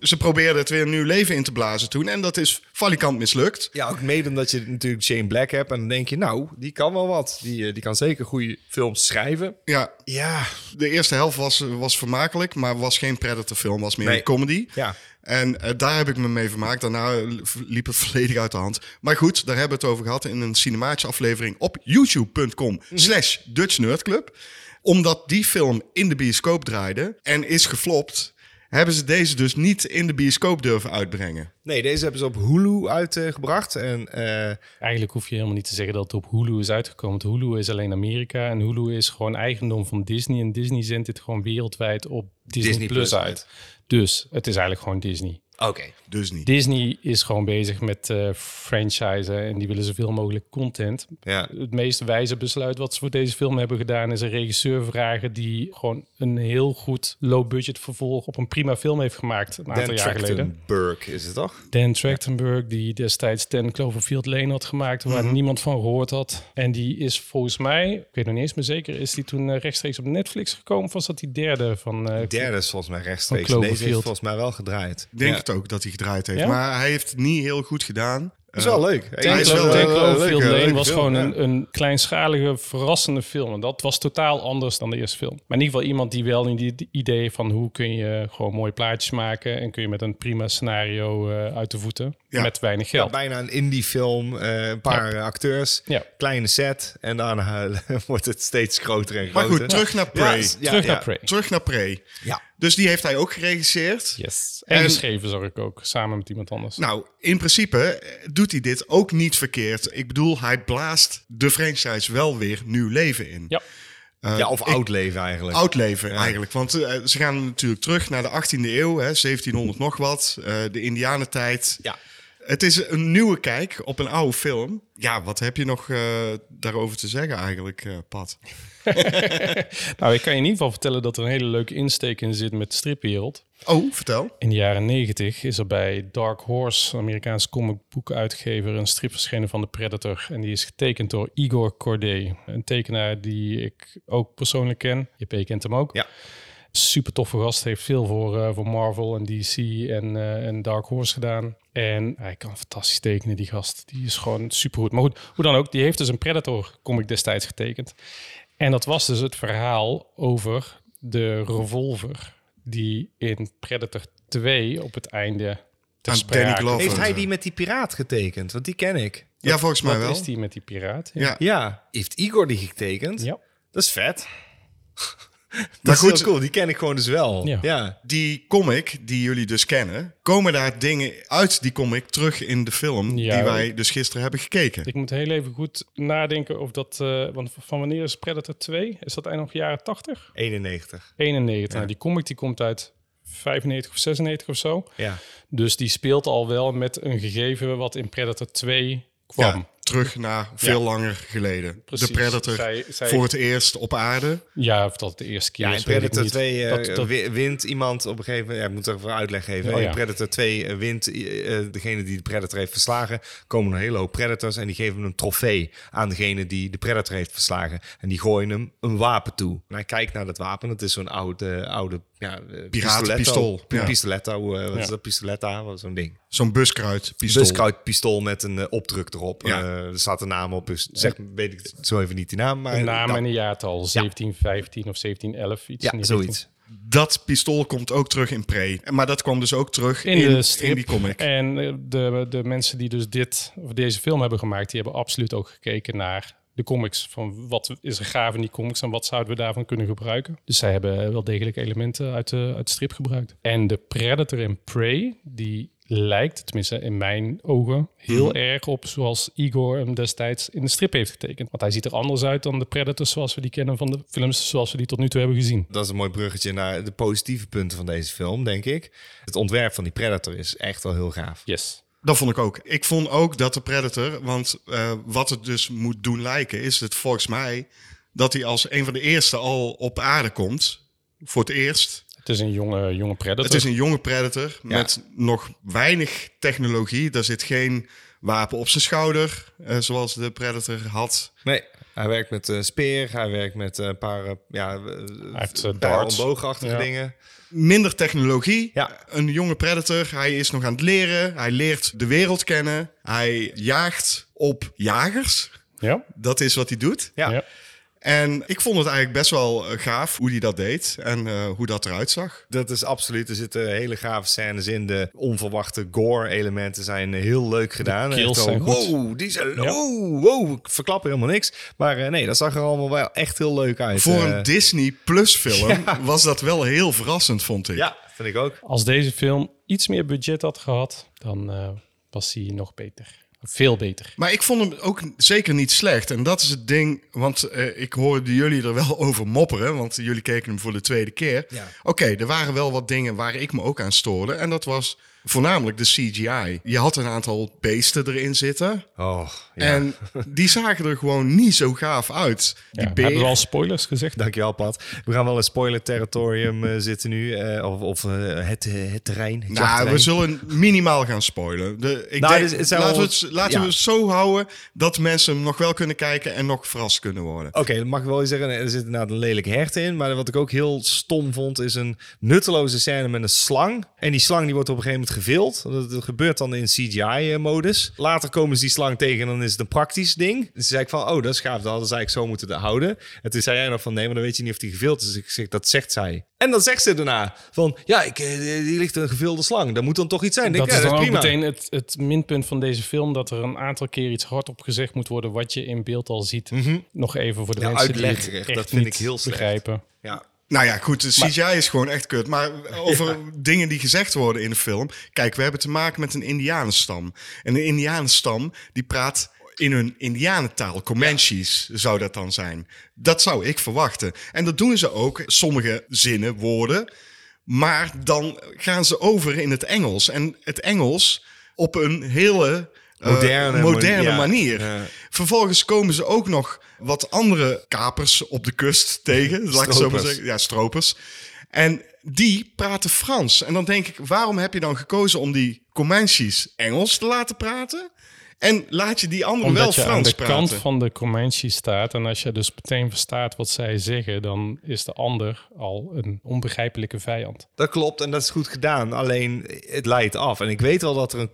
Ze probeerden het weer een nieuw leven in te blazen toen. En dat is valikant mislukt.
Ja, ook mede omdat je natuurlijk Shane Black hebt. En dan denk je, nou, die kan wel wat. Die, eh, die kan zeker goede films schrijven.
Ja,
Ja,
de eerste helft was, was vermakelijk, maar was geen predator film. Was meer
Nee.
een comedy.
Ja.
En eh, daar heb ik me mee vermaakt. Daarna eh, liep het volledig uit de hand. Maar goed, daar hebben we het over gehad in een cinematische aflevering op youtube.com
Mhm.
slash Dutch Nerd Club. Omdat die film in de bioscoop draaide en is geflopt, hebben ze deze dus niet in de bioscoop durven uitbrengen.
Nee, deze hebben ze op Hulu uitgebracht. en eh,
Eigenlijk hoef je helemaal niet te zeggen dat het op Hulu is uitgekomen. Want Hulu is alleen Amerika en Hulu is gewoon eigendom van Disney. En Disney zendt dit gewoon wereldwijd op Disney,
Disney
Plus,
Plus
uit. Dus het is eigenlijk gewoon Disney.
Oké.
Dus niet.
Disney is gewoon bezig met eh franchise en die willen zoveel mogelijk content.
Ja.
Het meest wijze besluit wat ze voor deze film hebben gedaan is een regisseur vragen die gewoon een heel goed low budget vervolg op een prima film heeft gemaakt een aantal
Dan
jaar geleden.
Trachtenberg is het toch?
Dan Trachtenberg, die destijds Ten Cloverfield Lane had gemaakt, waar
Mhm.
niemand van gehoord had. En die is volgens mij, ik weet nog niet eens meer zeker, is die toen eh, rechtstreeks op Netflix gekomen? Of was dat die derde van... eh,
Derde is volgens mij rechtstreeks.
Van
Deze heeft
Cloverfield.
volgens mij wel gedraaid.
Ik denk
Ja.
het ook dat hij gedraaid heeft.
Ja?
Maar hij heeft het niet heel goed gedaan. Eh,
Dat is wel leuk.
Ten
Hij is wel eh,
Clo- Ten
een
Cloverfield
leuke-
Lane
leuke
was
film,
gewoon
ja.
een, een kleinschalige, verrassende film. En dat was totaal anders dan de eerste film. Maar in ieder geval iemand die wel in die idee van hoe kun je gewoon mooie plaatjes maken en kun je met een prima scenario eh, uit de voeten
Ja.
met weinig
Ja,
geld.
bijna een indie film. eh, een paar eh, acteurs.
Ja.
Kleine set. En daarna eh, wordt het steeds groter en
Maar
groter.
goed, terug naar Prey.
Ja, ja,
Terug
ja.
naar Prey.
Terug naar Prey.
Ja.
Dus die heeft hij ook geregisseerd.
Yes. En,
En-
geschreven zag ik ook, samen met iemand anders.
Nou, in principe eh, doet hij dit ook niet verkeerd. Ik bedoel, hij blaast de franchise wel weer nieuw leven in. Eh,
ja.
Ja, of oud leven eigenlijk.
Oud leven eigenlijk. Want eh, ze gaan natuurlijk terug naar de 18e eeuw, hè, 1700 nog wat, eh, de Indianentijd.
Ja.
Het is een nieuwe kijk op een oude film. Ja, wat heb je nog eh, daarover te zeggen eigenlijk, eh, Pat?
Nou, ik kan je in ieder geval vertellen dat er een hele leuke insteek in zit met de stripwereld.
Oh, vertel.
In de jaren 90 is er bij Dark Horse, een Amerikaanse comicboekuitgever, een strip verschenen van de Predator. En die is getekend door Igor Corday, een tekenaar die ik ook persoonlijk ken. JP kent hem ook.
Ja.
Super toffe gast, heeft veel voor, eh, voor Marvel en DC en, eh, en Dark Horse gedaan. En hij kan fantastisch tekenen, die gast. Die is gewoon supergoed. Maar goed, hoe dan ook, die heeft dus een Predator comic destijds getekend. En dat was dus het verhaal over de revolver die in Predator 2 op het einde te
Aan
sprake-
Ah, Danny Glover.
Heeft hij die met die piraat getekend? Want die ken ik.
Ja, volgens mij
Wat
wel.
is die met die piraat?
Ja.
Ja. Heeft Igor die getekend?
Ja.
Dat is vet. dat
Maar
is
goed-
heel cool. Die ken ik gewoon dus wel.
Ja.
ja.
die comic die jullie dus kennen, komen daar dingen uit die comic terug in de film
Ja.
die wij dus gisteren hebben gekeken.
Ik moet heel even goed nadenken of dat... eh, want van wanneer is Predator 2? Is dat eind nog jaren 80?
91.
91. Nou, die comic die komt uit 95 of 96 of zo.
Ja.
Dus die speelt al wel met een gegeven wat in Predator 2 kwam.
Ja, terug naar veel langer geleden.
Precies.
De Predator
Zij- zij-
voor het eerst op aarde.
Ja, of dat het de eerste keer
Ja, in
is, weet ik
Predator
niet.
2 eh,
Dat- dat-
wi- wint iemand op een gegeven moment... Ja, ik moet er voor uitleg geven.
Oh, ja.
In Predator 2 eh, wint eh, eh, degene die de Predator heeft verslagen. komen een hele hoop Predators en die geven een trofee aan degene die de Predator heeft verslagen. En die gooien hem een wapen toe. En hij kijkt naar dat wapen. Dat is zo'n oude, oude ja, eh,
Piratenpistool,
pistoletto. Pi-
ja.
Pistoletto, eh, wat is
Ja.
dat? Pistoletta, wat- zo'n ding.
Zo'n buskruidpistool.
Buskruidpistool met een eh, opdruk erop.
Ja.
Eh, er staat een naam op. Dus zeg, weet ik zo even niet die naam. Maar
een naam
dat-
en een jaartal. 1715 of 1711, iets
ja,
in die
zoiets.
Dat pistool komt ook terug in Prey. Maar dat kwam dus ook terug in,
richting. In de strip.
in die comic.
En eh, de, de mensen die dus dit, of deze film hebben gemaakt, die hebben absoluut ook gekeken naar de comics. Van wat is er gaaf in die comics en wat zouden we daarvan kunnen gebruiken. Dus zij hebben wel degelijk elementen uit de, uit de strip gebruikt. En de Predator in Prey, die lijkt, tenminste in mijn ogen, heel
Mhm.
erg op zoals Igor hem destijds in de strip heeft getekend. Want hij ziet er anders uit dan de Predator zoals we die kennen van de films zoals we die tot nu toe hebben gezien.
Dat is een mooi bruggetje naar de positieve punten van deze film, denk ik. Het ontwerp van die Predator is echt wel heel gaaf.
Yes.
Dat vond ik ook. Ik vond ook dat de Predator, want eh, wat het dus moet doen lijken, is het volgens mij dat hij als een van de eerste al op aarde komt. Voor het eerst.
Het is een jonge, jonge Predator.
Het is een jonge Predator met nog weinig technologie. Daar zit geen wapen op zijn schouder, eh, zoals de Predator had.
Nee, hij werkt met eh, speer, hij werkt met eh, een paar, eh, ja,
heeft, eh, darts.
boogachtige
Ja.
dingen.
minder technologie.
Ja.
Een jonge predator. Hij is nog aan het leren. Hij leert de wereld kennen. Hij jaagt op jagers.
Ja?
Dat is wat hij doet.
Ja.
ja.
En ik vond het eigenlijk best wel eh, gaaf hoe hij dat deed en eh, hoe dat eruit zag.
Dat is absoluut. Er zitten hele gave scènes in. De onverwachte gore-elementen zijn heel leuk gedaan.
kills
Echt wel,
zijn goed.
Wow, die zijn.
Ja.
Wow, wow, ik verklap helemaal niks. Maar eh, nee, dat zag er allemaal wel echt heel leuk uit.
Voor
Eh,
een Disney Plus film was dat wel heel verrassend, vond ik.
Ja, vind ik ook.
Als deze film iets meer budget had gehad, dan eh, was hij nog beter. Veel beter.
Maar ik vond hem ook zeker niet slecht. En dat is het ding, want eh, ik hoorde jullie er wel over mopperen, want jullie keken hem voor de tweede keer.
Ja.
Oké, er waren wel wat dingen waar ik me ook aan stoorde. En dat was voornamelijk de CGI. Je had een aantal beesten erin zitten.
Oh, ja.
En die zagen er gewoon niet zo gaaf uit. Die
Ja, we
beer-
hebben al spoilers gezegd.
Dankjewel, Pat. We gaan wel in spoiler-territorium eh, zitten nu. eh, of of eh, het, eh, het terrein. Het
Nou, we
jachtterrein.
zullen minimaal gaan spoilen. De, ik
Nou,
denk,
dus het zijn
laten we
wel-
het, laten
ja.
we het zo houden dat mensen hem nog wel kunnen kijken en nog verrast kunnen worden.
Oké, dat mag ik wel zeggen. Er zit inderdaad een lelijke hert in. Maar wat ik ook heel stom vond, is een nutteloze scène met een slang. En die slang die wordt op een gegeven moment gevild. Dat, dat gebeurt dan in CGI-modus. Later komen ze die slang tegen en dan is het een praktisch ding. Dus zei ik van, oh, dat is gaaf. Dat hadden ze eigenlijk zo moeten houden. En toen zei jij nog van, nee, maar dan weet je niet of die gevild is. Dus ik zeg, dat zegt zij. En dan zegt ze daarna van, ja, ik, eh, die ligt een gevilde slang. Dat moet dan toch iets zijn. Ik
Dat
denk,
is
ja,
dan ook
prima.
meteen het, het minpunt van deze film. Dat er een aantal keer iets hardop gezegd moet worden. Wat je in beeld al ziet. Nog even voor de
Mhm. Ja,
mensen die het
uitleggerig.
echt
Dat vind
niet
ik heel slecht.
begrijpen.
Ja.
Nou ja, goed, de CGI is gewoon echt kut. Maar over dingen die gezegd worden in de film. Kijk, we hebben te maken met een Indianenstam. En een Indianenstam die praat in hun Indianentaal. Comanches zou dat dan zijn. Dat zou ik verwachten. En dat doen ze ook, sommige zinnen, woorden. Maar dan gaan ze over in het Engels. En het Engels op een hele eh,
Moderne
moderne
manier.
manier.
Ja.
Vervolgens komen ze ook nog wat andere kapers op de kust tegen. Laat ik het zo maar
Stropers.
zeggen. Ja, stropers. En die praten Frans. En dan denk ik, waarom heb je dan gekozen om die Comanches Engels te laten praten? En laat je die anderen
Omdat
wel
je
Frans
aan de
praten?
kant van de Comanche staat. En als je dus meteen verstaat wat zij zeggen. Dan is de ander al een onbegrijpelijke vijand.
Dat klopt en dat is goed gedaan. Alleen het leidt af. En ik weet wel dat er een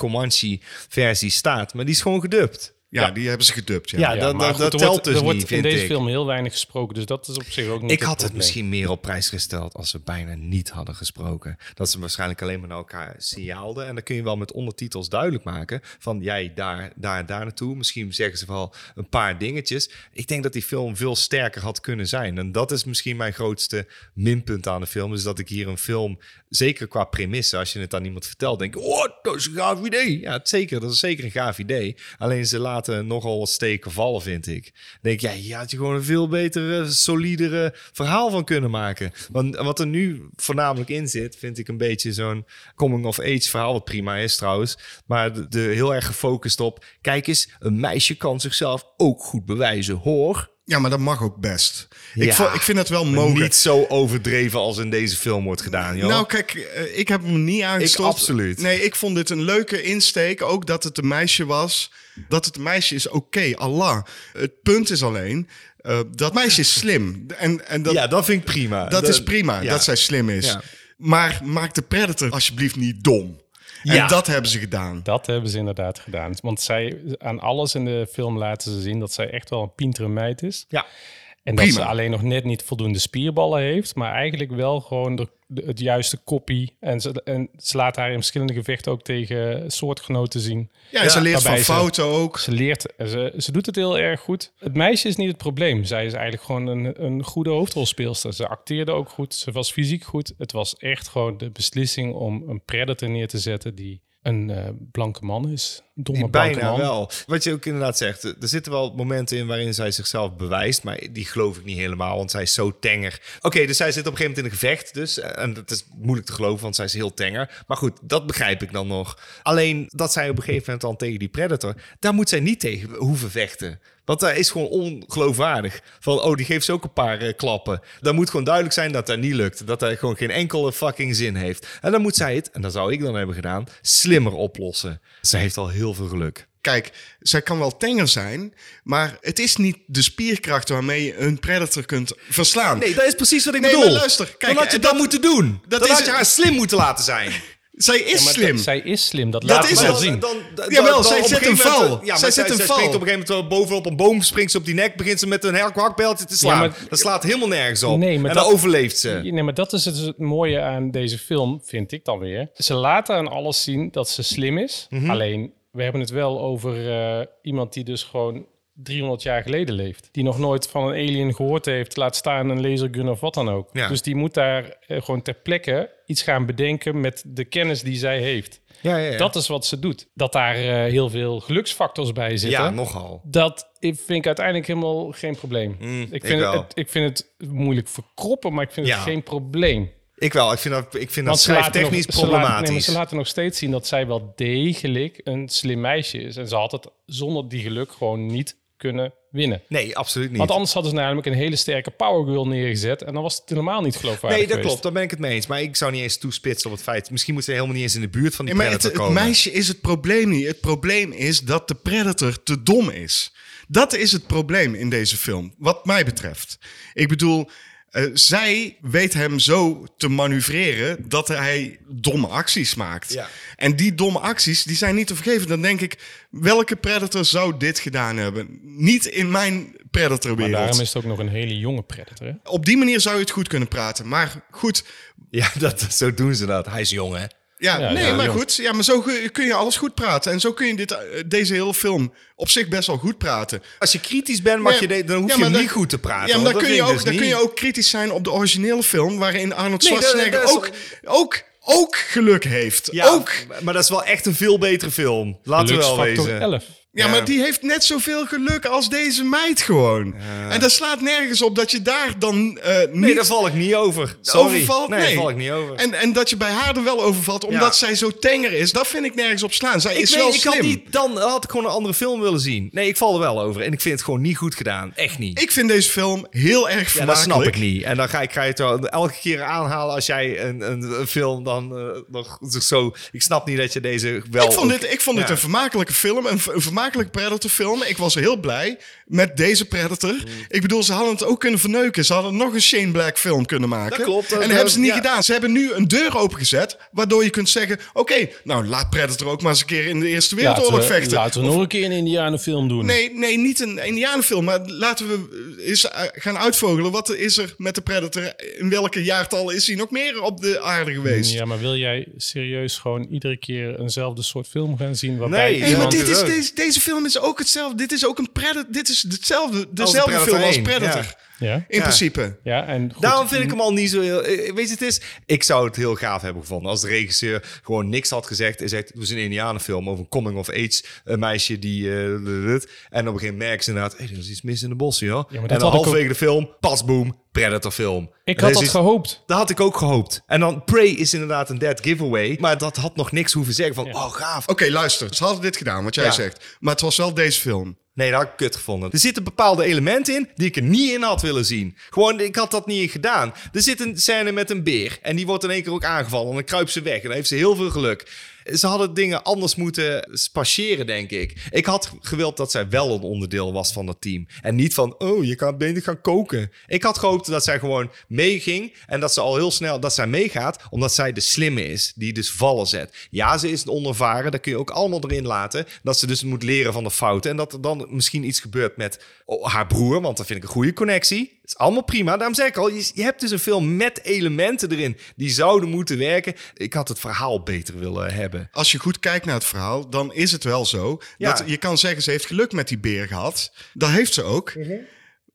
Comanche-versie staat, maar die is gewoon gedubt.
ja, die hebben ze gedubt. Ja.
Ja, dat,
maar
dat,
goed,
dat
er
telt
wordt,
dus
er wordt
niet,
in
vind
deze
ik.
film heel weinig gesproken. Dus dat is op zich ook niet
Ik had het
probleem.
misschien meer op prijs gesteld als we bijna niet hadden gesproken. Dat ze waarschijnlijk alleen maar naar elkaar signaalden. En dan kun je wel met ondertitels duidelijk maken van jij daar, daar, daar naartoe. Misschien zeggen ze wel een paar dingetjes. Ik denk dat die film veel sterker had kunnen zijn. En dat is misschien mijn grootste minpunt aan de film. Is dat ik hier een film, zeker qua premisse, als je het aan iemand vertelt, denk ik, oh, dat is een gaaf idee. Ja, het zeker, dat is zeker een gaaf idee. Alleen ze laten laten nogal wat steken vallen, vind ik. Dan denk ik, ja, je had je gewoon een veel betere, solidere verhaal van kunnen maken. Want wat er nu voornamelijk in zit, vind ik een beetje zo'n coming-of-age verhaal, wat prima is trouwens. Maar de, de heel erg gefocust op, kijk eens, een meisje kan zichzelf ook goed bewijzen, hoor.
Ja, maar dat mag ook best. Ik,
Ja.
vo- ik vind het wel
Maar
mogelijk.
Niet zo overdreven als in deze film wordt gedaan, joh.
Nou, kijk, eh, ik heb hem niet aangestort.
Ik absoluut.
Nee, ik vond dit een leuke insteek. Ook dat het een meisje was. Dat het een meisje is, oké, Allah. Het punt is alleen, eh, dat meisje is slim. En, en dat,
ja, dat vind ik prima.
dat is prima,
ja.
dat zij slim is.
Ja.
Maar maak de Predator alsjeblieft niet dom. En
Ja.
dat hebben ze gedaan.
Dat hebben ze inderdaad gedaan. Want zij, aan alles in de film laten ze zien dat zij echt wel een pintere meid is.
Ja.
En dat
Prima.
ze alleen nog net niet voldoende spierballen heeft, maar eigenlijk wel gewoon de, de- het juiste koppie. En ze, en ze laat haar in verschillende gevechten ook tegen soortgenoten zien.
Ja, en ze leert van
Waarbij ze-
fouten ook.
Ze leert, en ze, ze doet het heel erg goed. Het meisje is niet het probleem. Zij is eigenlijk gewoon een, een goede hoofdrolspeelster. Ze acteerde ook goed, ze was fysiek goed. Het was echt gewoon de beslissing om een predator neer te zetten die een eh, blanke man is. Een domme
Die
blanke
bijna
man.
wel. Wat je ook inderdaad zegt, eh, er zitten wel momenten in waarin zij zichzelf bewijst, maar die geloof ik niet helemaal, want zij is zo tenger. Oké, dus zij zit op een gegeven moment in een gevecht, dus en dat is moeilijk te geloven, want zij is heel tenger. Maar goed, dat begrijp ik dan nog. Alleen dat zij op een gegeven moment dan tegen die predator, daar moet zij niet tegen hoeven vechten. Want dat is gewoon ongeloofwaardig. Van, oh, die geeft ze ook een paar eh, klappen. Dan moet gewoon duidelijk zijn dat dat niet lukt. Dat hij gewoon geen enkele fucking zin heeft. En dan moet zij het, en dat zou ik dan hebben gedaan, slimmer oplossen. Zij heeft al heel veel geluk.
Kijk, zij kan wel tenger zijn, maar het is niet de spierkracht waarmee je een predator kunt verslaan.
Nee, dat is precies wat ik
Nee,
bedoel.
maar luister, kijk,
dan had je
en
eh, dat, moeten doen.
dat
dan
is
had je
het.
haar slim moeten laten zijn.
Zij is
Ja, maar
slim.
dat- zij is slim, dat,
Dat
laat
is
ze
het.
wel
Dan-
zien.
dan- dan-
Jawel,
dan
zij
op een
zet
gegeven
een
moment-
val.
Ja, maar
Zij
zij
zet
zet
een
zij
val.
springt op een gegeven moment wel bovenop een boom, springt ze op die nek, begint ze met een hak- hakbijltje te slaan.
Ja, maar-
dat slaat helemaal nergens op.
Nee, maar
en
dat-
dan overleeft ze.
Ja, Nee, maar dat is het, het mooie aan deze film, vind ik dan weer. Ze laten aan alles zien dat ze slim is. Alleen, we hebben het wel over eh, iemand die dus gewoon 300 jaar geleden leeft. Die nog nooit van een alien gehoord heeft, laat staan een lasergun of wat dan ook.
Ja.
Dus die moet daar eh, gewoon ter plekke iets gaan bedenken met de kennis die zij heeft.
Ja, ja, ja.
Dat is wat ze doet. Dat daar eh, heel veel geluksfactors bij zitten.
ja, nogal.
Dat ik- vind ik uiteindelijk helemaal geen probleem. ik, vind
Mm, wel.
het, ik vind het moeilijk verkroppen, maar ik vind
Ja.
het geen probleem.
Ik wel. Ik vind dat, ik vind dat
ze laten nog-
schrijftechnisch
ze laten- nee, maar
problematisch.
ze laten nog steeds zien dat zij wel degelijk een slim meisje is. En ze had het zonder die geluk gewoon niet kunnen winnen.
Nee, absoluut niet.
Want anders hadden ze namelijk een hele sterke power girl neergezet. En dan was het helemaal niet geloofwaardig
Nee, dat
geweest.
klopt. Daar ben ik het mee eens. Maar ik zou niet eens toespitsen op het feit. Misschien moeten we helemaal niet eens in de buurt van die
Ja, maar het,
predator
het
komen.
meisje is het probleem niet. Het probleem is dat de predator te dom is. Dat is het probleem in deze film, wat mij betreft. Ik bedoel, eh, zij weet hem zo te manoeuvreren dat hij domme acties maakt.
Ja.
En die domme acties, die zijn niet te vergeven. Dan denk ik, welke predator zou dit gedaan hebben? Niet in mijn
Maar
predatorwereld.
daarom is het ook nog een hele jonge predator. hè?
Op die manier zou je het goed kunnen praten. Maar goed,
Ja, dat, zo doen ze dat. Hij is jong, hè?
Ja,
Ja,
nee,
ja,
maar
jong.
goed. Ja, maar zo ge- kun je alles goed praten. En zo kun je dit, eh, deze hele film op zich best wel goed praten.
Als je kritisch bent, mag
Ja,
je de- dan hoef
ja,
je
maar
hem
dan-
niet goed te praten.
ja, maar
want
dan,
dat
kun je,
vind
ook,
ik dus
dan kun je
niet.
ook kritisch zijn op de originele film... waarin Arnold
Nee, dat-
Schwarzenegger
dat is-
ook, ook, ook geluk heeft.
Ja,
ook,
maar dat is wel echt een veel betere film. Laten we wel
Geluksfactor
wezen.
11.
ja, maar die heeft net zoveel geluk als deze meid gewoon. En dat slaat nergens op dat je daar dan eh, niet...
Nee, daar val ik niet over. Sorry.
overvalt.
nee,
Nee,
daar val ik niet over.
En, en dat je bij haar er wel overvalt, omdat zij zo tenger is, dat vind ik nergens op slaan. Zij
ik
is
weet,
wel
ik
slim.
had niet, dan had ik gewoon een andere film willen zien. Nee, ik val er wel over. En ik vind het gewoon niet goed gedaan. Echt niet.
Ik vind deze film heel erg
Ja,
vermakelijk.
dat snap ik niet. En dan ga ik, ga je het wel elke keer aanhalen als jij een, een, een film dan eh, nog zo... Ik snap niet dat je deze wel...
Ik vond
ook-
dit, ik vond dit
Ja.
een vermakelijke film, een, ver- een vermakelijke Predator film. Ik was heel blij met deze Predator.
Mm.
Ik bedoel, ze hadden het ook kunnen verneuken. Ze hadden nog een Shane Black film kunnen maken.
Dat klopt.
En dat
Dat-
hebben ze niet
ja.
gedaan. Ze hebben nu een deur opengezet, waardoor je kunt zeggen... Oké, nou laat Predator ook maar eens een keer in de Eerste Wereldoorlog
eh,
Laten we-
vechten.
Laten we nog een keer een Indianenfilm doen.
Nee, nee, niet een Indianenfilm. Maar laten we eh, eens eh, gaan uitvogelen. Wat is er met de Predator? In welke jaartal is hij nog meer op de aarde
Mm,
geweest?
Ja, maar wil jij serieus gewoon iedere keer eenzelfde soort film gaan zien? Waarbij
Nee,
Hey, maar
Iemand
dit
is
is,
ook.
deze, deze film is ook hetzelfde. Dit is ook een Predator. Dit is hetzelfde,
Als
dezelfde
Predator
film als
1,
Predator.
ja.
Ja,
In principe.
ja en goed,
Daarom vind ik hem al niet zo heel... eh, Weet je, het is... Ik zou het heel gaaf hebben gevonden als de regisseur gewoon niks had gezegd. En zegt, het was een Indianenfilm over een coming-of-age eh, meisje die... eh, dit, dit. en op een gegeven moment merken ze inderdaad, hey, er is iets mis in de bossen, joh.
maar dat
en dan
had ik ook-
halverwege de film, pas boom, Predator film.
ik had dat
gehoopt.
gehoopt.
Dat had ik ook gehoopt. En dan Prey is inderdaad een dead giveaway. Maar dat had nog niks hoeven zeggen van, oh gaaf.
Oké, luister. Ze hadden dit gedaan, wat jij
Ja.
zegt. Maar het was wel deze film.
Nee, dat had ik kut gevonden. Er zitten bepaalde elementen in die ik er niet in had willen zien. Gewoon, ik had dat niet gedaan. Er zit een scène met een beer en die wordt in één keer ook aangevallen. En dan kruipt ze weg en dan heeft ze heel veel geluk. Ze hadden dingen anders moeten spatiëren, denk ik. Ik had gewild dat zij wel een onderdeel was van dat team. En niet van, oh, je kan beter gaan koken. Ik had gehoopt dat zij gewoon meeging. En dat ze al heel snel dat zij meegaat. Omdat zij de slimme is. Die dus vallen zet. Ja, ze is onervaren. Dat kun je ook allemaal erin laten. Dat ze dus moet leren van de fouten. En dat er dan misschien iets gebeurt met oh, haar broer. Want dat vind ik een goede connectie. Het is allemaal prima. Daarom zeg ik al, je, je hebt dus een film met elementen erin. Die zouden moeten werken. Ik had het verhaal beter willen hebben.
Als je goed kijkt naar het verhaal, dan is het wel zo.
Ja.
Dat je kan zeggen, ze heeft geluk met die beer gehad. Dat heeft ze ook.
Mhm.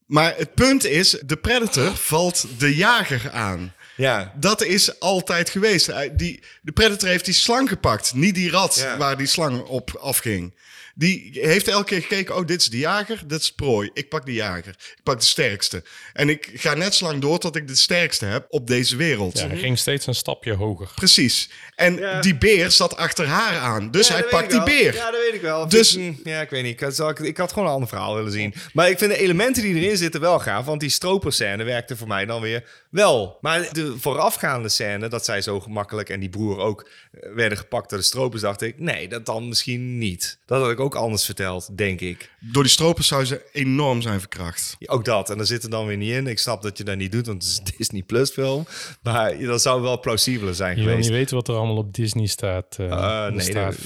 Maar het punt is, de predator valt de jager aan.
Ja.
Dat is altijd geweest. Hij- Die, de predator heeft die slang gepakt, niet die rat
Ja.
waar die slang op afging. Die heeft elke keer gekeken, oh, dit is de jager, dit is prooi. Ik pak de jager, ik pak de sterkste. En ik ga net zo lang door tot ik de sterkste heb op deze wereld.
Ja, hij ging steeds een stapje hoger.
Precies. En
Ja.
die beer zat achter haar aan, dus hij
dat weet
pakt die
ik wel.
beer.
Ja, dat weet ik wel.
Dus-
Dus, ja, ik weet niet. Ik had, zal ik, ik had gewoon een ander verhaal willen zien. Maar ik vind de elementen die erin zitten wel gaaf. Want die stroperscène werkte voor mij dan weer wel. Maar de voorafgaande scène, dat zij zo gemakkelijk en die broer ook eh, werden gepakt door de stropers, dacht ik, nee, dat dan misschien niet. Dat had ik ook anders verteld, denk ik.
Door die stropers zou ze enorm zijn verkracht.
Ook dat. En daar zit er dan weer niet in. Ik snap dat je dat niet doet, want het is een Disney Plus film. Maar dat zou wel plausibeler zijn
Je wil
geweest.
niet weten wat er allemaal op Disney staat. eh er
Ah, nee,
staat
dat-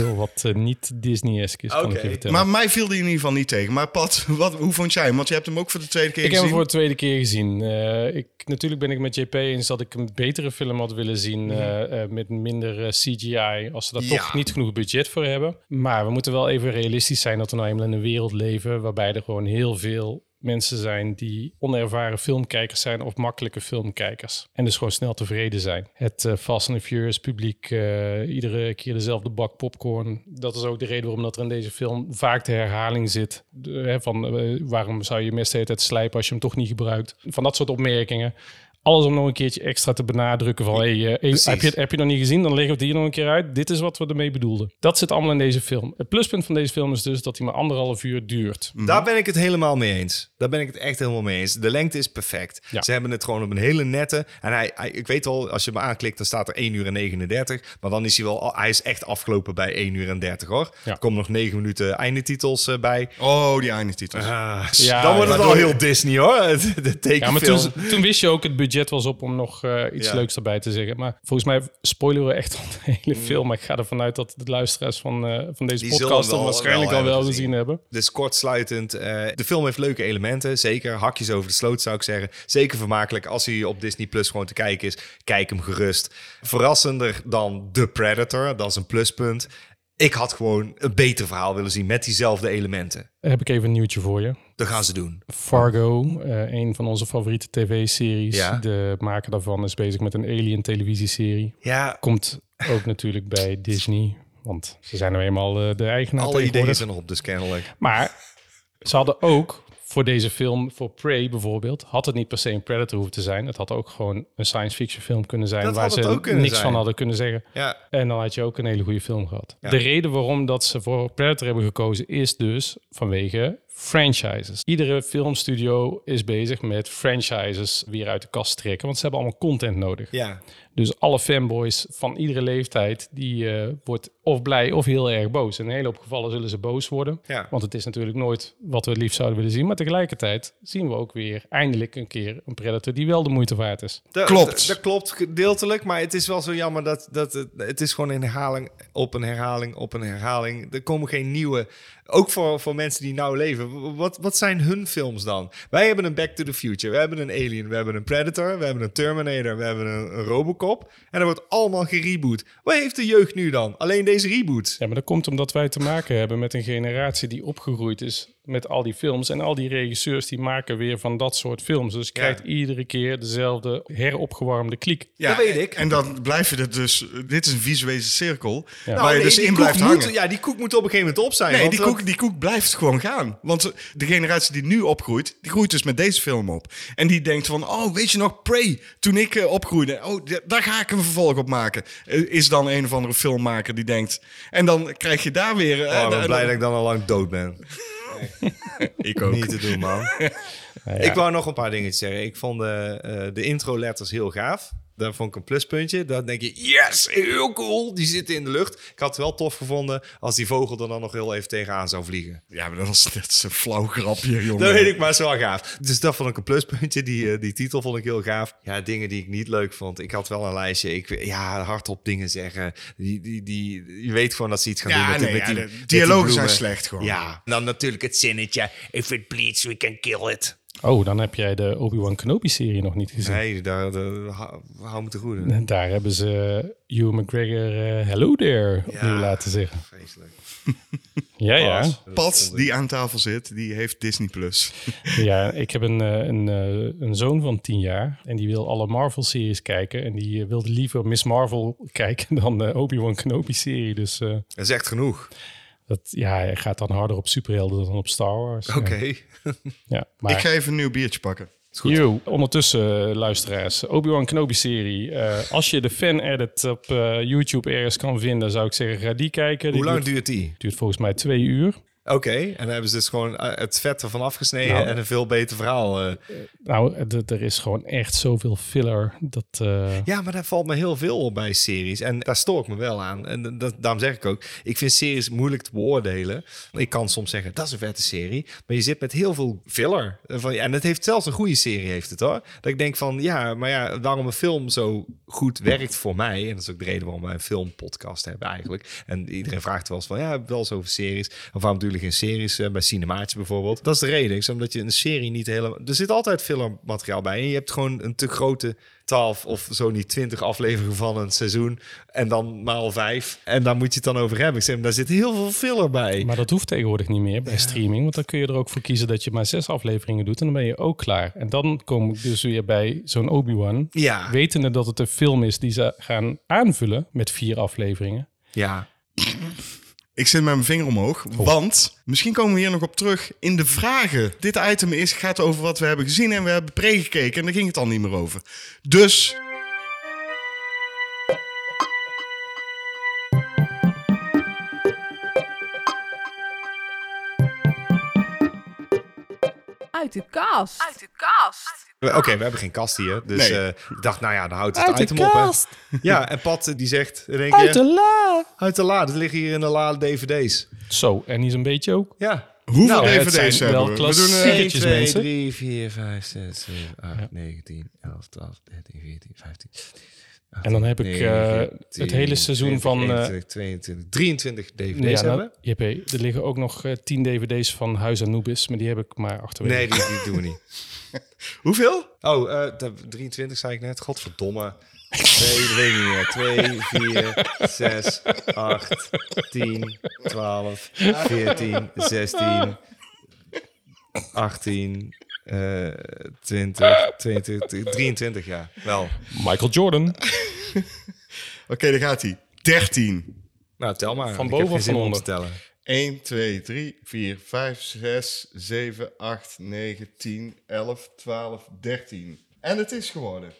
veel wat eh, niet Disney-esque is, kan ik
Oké.
je vertellen.
Maar mij viel die in ieder geval niet tegen. Maar Pat, wat, hoe vond jij hem? Want je hebt hem ook voor de tweede keer
Ik heb
gezien.
hem voor de tweede keer gezien. Eh, ik, natuurlijk ben ik met JP eens dat ik een betere film had willen zien eh, eh, met minder eh, CGI, als ze daar
Mhm. Ja.
toch niet genoeg budget voor hebben. Maar we moeten wel even realistisch zijn dat we nou eenmaal in een wereld leven waarbij er gewoon heel veel mensen zijn die onervaren filmkijkers zijn of makkelijke filmkijkers. En dus gewoon snel tevreden zijn. Het eh, Fast and the Furious publiek, eh, iedere keer dezelfde bak popcorn. Dat is ook de reden waarom dat er in deze film vaak de herhaling zit. De, hè, van eh, waarom zou je mes de hele tijd slijpen als je hem toch niet gebruikt? Van dat soort opmerkingen. Alles om nog een keertje extra te benadrukken van... Hey, eh, heb, je het, heb je nog niet gezien? Dan leggen we het hier nog een keer uit. Dit is wat we ermee bedoelden. Dat zit allemaal in deze film. Het pluspunt van deze film is dus dat hij maar anderhalf uur duurt.
Daar ben ik het helemaal mee eens. Daar ben ik het echt helemaal mee eens. De lengte is perfect.
Ja.
Ze hebben het gewoon op een hele nette. En hij, hij- ik weet al, als je hem aanklikt, dan staat er 1 uur en 39. Maar dan is hij wel, al- hij is echt afgelopen bij 1 uur en 30 hoor.
Ja.
Er komen nog 9 minuten eindetitels eh, bij. Dus
Oh, die eindetitel.
Ah, Ja,
dan wordt het
ja.
wel heel Disney hoor. Het- De
Ja, maar
tekenfilm.
toen, toen wist je ook, het budget was op om nog eh, iets
Ja.
leuks erbij te zeggen. Maar volgens mij spoileren we echt al de hele film. Maar ik ga ervan uit dat de luisteraars van, eh, van deze
Mm. Die zullen
podcast
wel-
hem waarschijnlijk
wel
al wel
hebben
gezien
gezien.
hebben.
Dus kortsluitend, eh, de film heeft leuke elementen. Zeker hakjes over de sloot zou ik zeggen. Zeker vermakelijk als hij op Disney Plus gewoon te kijken is. Kijk hem gerust. Verrassender dan The Predator, dat is een pluspunt. Ik had gewoon een beter verhaal willen zien met diezelfde elementen.
Heb ik even een nieuwtje voor je.
Dat gaan ze doen.
Fargo, eh, een van onze favoriete tv-series.
Ja.
De maker daarvan is bezig met een alien televisieserie.
Ja,
Komt ook natuurlijk bij Disney. Want ze zijn nou eenmaal eh, de eigenaar
alle
tegenwoordig.
ideeën zijn op, dus kennelijk.
Maar ze hadden ook voor deze film, voor Prey bijvoorbeeld, had het niet per se een Predator hoeven te zijn. Het had ook gewoon een science fiction film kunnen zijn
Dat
waar
had het
ze
ook kunnen
niks
zijn.
van hadden kunnen zeggen.
Ja,
En dan had je ook een hele goede film gehad.
Ja.
De reden waarom dat ze voor Predator hebben gekozen is dus vanwege franchises. Iedere filmstudio is bezig met franchises weer uit de kast trekken, want ze hebben allemaal content nodig.
ja.
Dus alle fanboys van iedere leeftijd, die eh, wordt of blij of heel erg boos. In een hele hoop gevallen zullen ze boos worden.
Ja.
Want het is natuurlijk nooit wat we het liefst zouden willen zien. Maar tegelijkertijd zien we ook weer eindelijk een keer een Predator die wel de moeite waard is.
Dat-
Klopt.
Dat, dat klopt gedeeltelijk, maar het is wel zo jammer dat, dat het, het is gewoon een herhaling op een herhaling op een herhaling. Er komen geen nieuwe. Ook voor, voor mensen die nou leven. Wat, wat zijn hun films dan? Wij hebben een Back to the Future, we hebben een Alien, we hebben een Predator, we hebben een Terminator, we hebben een, een Robocop. En dat wordt allemaal gereboot. Wat heeft de jeugd nu dan? Alleen deze reboot.
Ja, maar dat komt omdat wij te maken hebben met een generatie die opgegroeid is met al die films. En al die regisseurs die maken weer van dat soort films. Dus je
Ja.
krijgt iedere keer dezelfde heropgewarmde kliek.
Ja,
Dat weet ik.
En dan blijf je het dus... Dit is een visuele cirkel waar
Nou,
je
nee,
dus
die
in
koek
blijft
moet-
hangen.
Ja, die koek moet op een gegeven moment op zijn.
Nee,
want
die
dat-
koek, die koek blijft gewoon gaan. Want de generatie die nu opgroeit, die groeit dus met deze film op. En die denkt van, oh, weet je nog, Prey, toen ik eh, opgroeide. Oh, d- daar ga ik een vervolg op maken. Eh, Is dan een of andere filmmaker die denkt. En dan krijg je daar weer... eh,
Oh, ik
de-
ben blij dat ik dan al lang dood ben.
Ik ook.
Niet te doen, man. Ik wou nog een paar dingetjes zeggen. Ik vond de, eh, de intro-letters heel gaaf. Daar vond ik een pluspuntje. Dan denk je, yes, heel cool. Die zitten in de lucht. Ik had het wel tof gevonden als die vogel er dan nog heel even tegenaan zou vliegen.
Ja, maar dat was net zo'n flauw grapje, jongen.
Dat weet ik, maar het is wel gaaf. Dus dat vond ik een pluspuntje. Die, eh, die titel vond ik heel gaaf. Ja, dingen die ik niet leuk vond. Ik had wel een lijstje. Ik, ja, hardop dingen zeggen. Die, die, die, je weet gewoon dat ze iets gaan
Ja,
doen. Met,
nee,
die-
ja,
met die,
de
met die
dialogen
bloemen.
zijn slecht gewoon.
Ja, dan natuurlijk het zinnetje. If it bleeds, we can kill it.
Oh, dan heb jij de Obi-Wan Kenobi-serie nog niet gezien.
Nee, daar, daar, hou- hou me te goede.
En daar hebben ze Hugh McGregor eh, hello there opnieuw laten zeggen.
Vreselijk.
Ja, ja.
Pat, die aan tafel zit, die heeft Disney+. Plus.
Ja, ik heb een, eh, een, eh, een zoon van tien jaar en die wil alle Marvel-series kijken. En die eh, wilde liever Miss Marvel kijken dan de Obi-Wan Kenobi-serie. Dus eh,
Dat is echt genoeg.
dat, ja, hij gaat dan harder op superhelden dan op Star Wars.
Oké.
Ja, ja, maar...
Ik ga even een nieuw biertje pakken.
Yo, ondertussen eh, luisteraars, Obi-Wan Kenobi-serie. eh, als je de fan-edit op eh, YouTube ergens kan vinden, zou ik zeggen, ga die kijken. Die
Hoe lang
duurt,
duurt die?
duurt volgens mij twee uur.
Oké, en dan hebben ze dus gewoon eh, het vet ervan afgesneden
Nou.
en een veel beter verhaal. eh.
Nou, d- er is gewoon echt zoveel filler. Dat, eh,
Ja, maar daar valt me heel veel op bij series. En daar stoor ik me wel aan. En dat, daarom zeg ik ook, ik vind series moeilijk te beoordelen. Ik kan soms zeggen, dat is een vette serie. Maar je zit met heel veel filler. Eh, Van, ja, en het heeft zelfs een goede serie, heeft het hoor. Dat ik denk van, ja, maar ja, waarom een film zo goed werkt voor mij... en dat is ook de reden waarom wij een filmpodcast hebben eigenlijk. En iedereen vraagt wel eens van, ja, wel eens over series. Of waarom natuurlijk geen series eh, bij Cinemaatje bijvoorbeeld. Dat is de reden. Ik zeg, omdat je een serie niet helemaal... Er zit altijd filmmateriaal bij. En je hebt gewoon een te grote 12 of zo niet 20 afleveringen van een seizoen. En dan maal 5. En daar moet je het dan over hebben. Ik zeg, maar daar zit heel veel filler bij.
Maar dat hoeft tegenwoordig niet meer bij streaming. Want dan kun je er ook voor kiezen dat je maar zes afleveringen doet. En dan ben je ook klaar. En dan kom ik dus weer bij zo'n Obi-Wan.
Ja.
Wetende dat het een film is die ze gaan aanvullen met vier afleveringen.
Ja.
Ik zit met mijn vinger omhoog,
Oh.
want misschien komen we hier nog op terug in de vragen. Dit item is, gaat over wat we hebben gezien en we hebben pregekeken en daar ging het al niet meer over. Dus,
Uit de kast. Uit de kast.
We- Oké, we hebben geen kast hier. Dus
Nee.
eh, ik dacht, nou ja, dan houdt het item op. Hè. Ja, en Pat eh, die zegt in één keer...
la!
Uit de la. Er liggen hier in de la dvd's.
Zo, en niet een beetje ook.
Ja.
hoeveel
Nou, het
DVD's
zijn
hebben
wel
we? we? doen, eh,
klassiek. Zekertjes,
2,
mensen.
3, 4, 5, 6, 7, 8, 9, 10, 11, 12, 13, 14, 15...
En dan heb ik eh,
19,
het hele seizoen
20,
van... eh,
21, 22, 23 dvd's
ja,
hebben
nou,
we.
JP, er liggen ook nog eh, tien dvd's van Huis Anubis. Maar die heb ik maar achterwege.
Nee, die, die doen we niet.
Hoeveel?
Oh, eh, de 23 zei ik net. Godverdomme. Nee, dat weet ik niet meer. 2, 4, 6, 8, 10, 12, 14, 16, 18, eh 20, 22, 23 jaar. Wel.
Michael Jordan.
Oké, daar gaat hij. 13.
Nou, tel maar.
Van
Ik
boven
heb geen
of
zin
van
om te
onder?
tellen.
1, 2, 3, 4, 5, 6, 7, 8, 9, 10, 11, 12, 13. En het is geworden.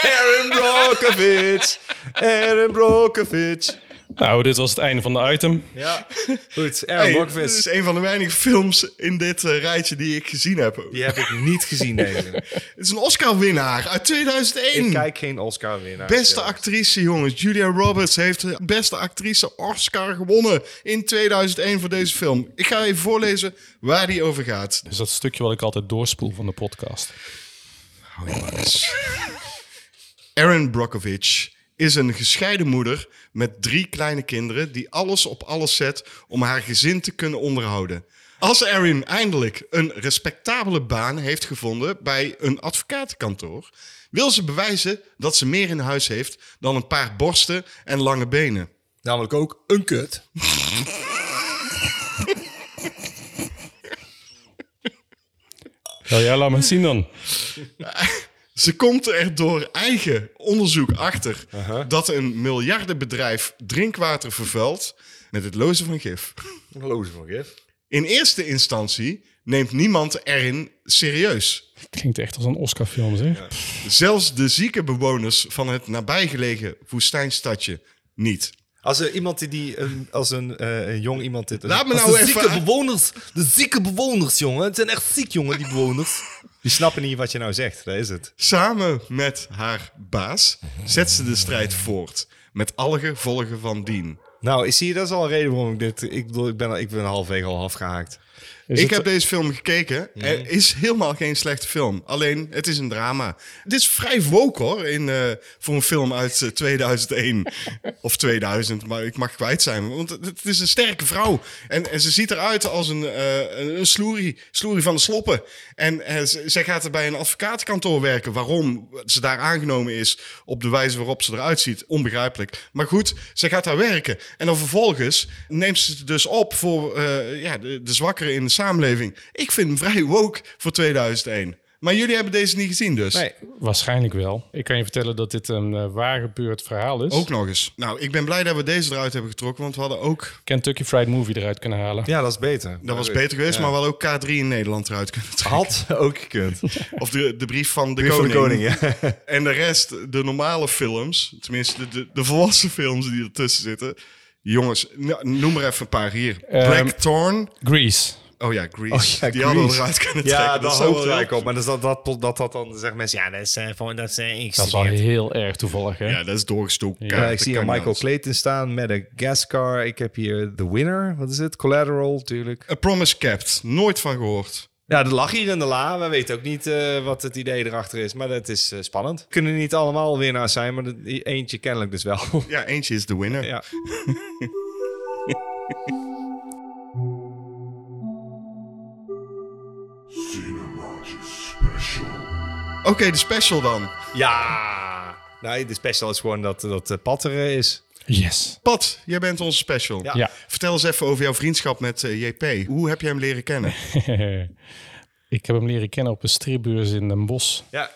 Aaron Brockovich. Aaron Brockovich.
Nou, dit was het einde van de item.
Ja. Goed, Aaron
Hey, dit
Brockovich.
is een van de weinige films in dit eh, rijtje die ik gezien heb.
Die heb ik niet gezien, deze.
Hmm.
Het is een Oscar-winnaar uit 2001.
Ik kijk geen Oscar-winnaar.
Beste actrice, jongens. Julia Roberts heeft de beste actrice Oscar gewonnen in 2001 voor deze film. Ik ga even voorlezen waar die over gaat.
Dus dat stukje wat ik altijd doorspoel van de podcast.
Erin Brockovich is een gescheiden moeder met drie kleine kinderen die alles op alles zet om haar gezin te kunnen onderhouden. Als Erin eindelijk een respectabele baan heeft gevonden bij een advocatenkantoor, wil ze bewijzen dat ze meer in huis heeft dan een paar borsten en lange benen.
Namelijk ook een kut.
Nou ja, laat maar zien dan.
Ze komt er door eigen onderzoek achter dat een miljardenbedrijf drinkwater vervuilt met het lozen van gif.
Lozen van gif.
In eerste instantie neemt niemand erin serieus.
Klinkt echt als een Oscar-film, zeg.
Zelfs de zieke bewoners van het nabijgelegen woestijnstadje niet.
Als er iemand die- die, een, als een, eh, een jong iemand dit...
Laat me
als
nou
de
even
zieke
aan-
bewoners, de zieke bewoners, jongen. Het zijn echt ziek, jongen, die bewoners. Die snappen niet wat je nou zegt, dat is het.
Samen met haar baas zet ze de strijd voort. Met alle gevolgen van dien.
Nou, zie je, dat is al een reden waarom ik dit... Ik bedoel, ik ben, al- ik ben halfweg al afgehaakt.
Is het-
ik
Mhm.
heb deze film gekeken. Er is helemaal geen slechte film. Alleen, het is een drama. Het is vrij woke hoor, in, eh, voor een film uit eh, 2001 of 2000. Maar ik mag kwijt zijn, want het, het is een sterke vrouw. En, en ze ziet eruit als een, eh, een, een sloerie, sloerie van de sloppen. En eh, ze- zij gaat er bij een advocatenkantoor werken. Waarom ze daar aangenomen is, op de wijze waarop ze eruit ziet, onbegrijpelijk. Maar goed, zij gaat daar werken. En dan vervolgens neemt ze het dus op voor eh, ja, de, de zwakkeren in de samenleving. Ik vind hem vrij woke voor 2001. Maar jullie hebben deze niet gezien dus.
Nee,
Waarschijnlijk wel. Ik kan je vertellen dat dit een eh, waar gebeurd verhaal is.
Ook nog eens. Nou, ik ben blij dat we deze eruit hebben getrokken, want we hadden ook...
Kentucky Fried Movie eruit kunnen halen.
ja, dat is beter.
Dat was beter geweest, maar we hadden ook K3 in Nederland eruit kunnen trekken.
Had ook gekund.
Of de, de brief van de
Brief van
koning.
de koning, ja.
En de rest, de normale films, tenminste de, de, de volwassen films die ertussen zitten. Jongens, nou, noem maar even een paar hier.
Ehm,
Blackthorn.
Grease.
Oh ja, Grease.
Oh
die
ja,
hadden we
Grease.
eruit kunnen trekken.
Ja, dat
zou wel
hoopt
heel-
eigenlijk op. Maar dat, dat, dat, dat, dat dan zeggen mensen, ja, dat is, eh, van, dat is eh,
Dat is wel
ingestudeerd.
heel erg toevallig, hè?
Ja, dat is doorgestoken.
Ja,
Dat
ik zie hier
kan
Michael
niet anders.
Clayton staan met een Gascar. Ik heb hier The Winner. Wat is het? Collateral, natuurlijk.
A Promise Kept. Nooit van gehoord.
Ja, er lag hier in de la. We weten ook niet eh, wat het idee erachter is. Maar dat is eh, spannend. Kunnen niet allemaal winnaars zijn, maar dat- eentje kennelijk dus wel.
Ja, eentje is de winner.
ja.
Oké, de special dan.
ja. Nee, de special is gewoon dat, dat eh, Pat er eh, is.
Yes.
Pat, jij bent onze special.
Ja.
Ja.
Vertel eens even over jouw vriendschap met eh, JP. Hoe heb jij hem leren kennen?
ik heb hem leren kennen op een stripbeurs in Den Bosch.
Ja.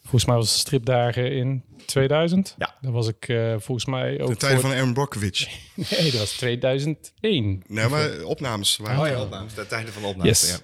Volgens mij was het stripdagen in 2000.
Ja.
Daar was ik eh, volgens mij ook
De tijden
voor-
van Aaron Brockovich.
Nee, dat was 2001.
Nee, maar opnames waren
Oh ja, opnames. Het einde van de opname.
Yes.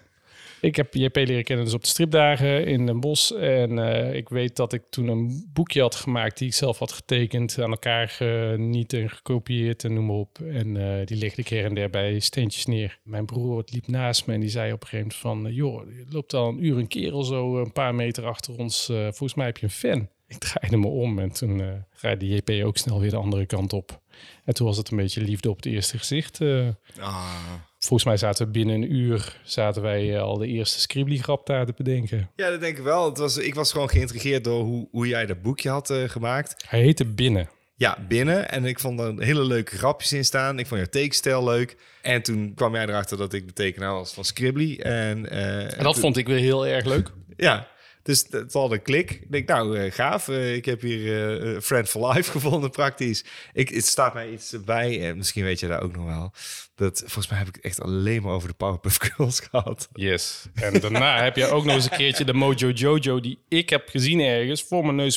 Ik heb JP leren kennen dus op de stripdagen in Den Bosch. En eh, ik weet dat ik toen een boekje had gemaakt die ik zelf had getekend. Aan elkaar geniet en gekopieerd en noem maar op. En eh, die legde ik her en der bij steentjes neer. Mijn broer liep naast me en die zei op een gegeven moment van... eh, joh, je loopt al een uur een kerel zo eh, een paar meter achter ons. Eh, volgens mij heb je een fan. Ik draaide me om en toen eh draaide JP ook snel weer de andere kant op. En toen was het een beetje liefde op het eerste gezicht... eh.
Ah.
Volgens mij zaten we binnen een uur zaten wij eh, al de eerste Scribbly-grap daar te bedenken.
Ja, dat denk ik wel. Het was, ik was gewoon geïntrigeerd door hoe, hoe jij dat boekje had eh, gemaakt.
Hij heette Binnen.
Ja, binnen. En ik vond er hele leuke grapjes in staan. Ik vond jouw tekenstijl leuk. En toen kwam jij erachter dat ik de tekenaar was van Scribbly. En, eh,
En dat vond ik weer heel erg leuk.
Ja, dus het had een klik. Ik denk, nou, eh, gaaf. Eh, ik heb hier eh, eh, Friend for Life gevonden praktisch. Ik, het staat mij iets bij. En misschien weet je daar ook nog wel. Dat, volgens mij heb ik het echt alleen maar over de Powerpuff Girls gehad.
Yes. En daarna heb je ook nog eens een keertje de Mojo Jojo die ik heb gezien ergens voor mijn neus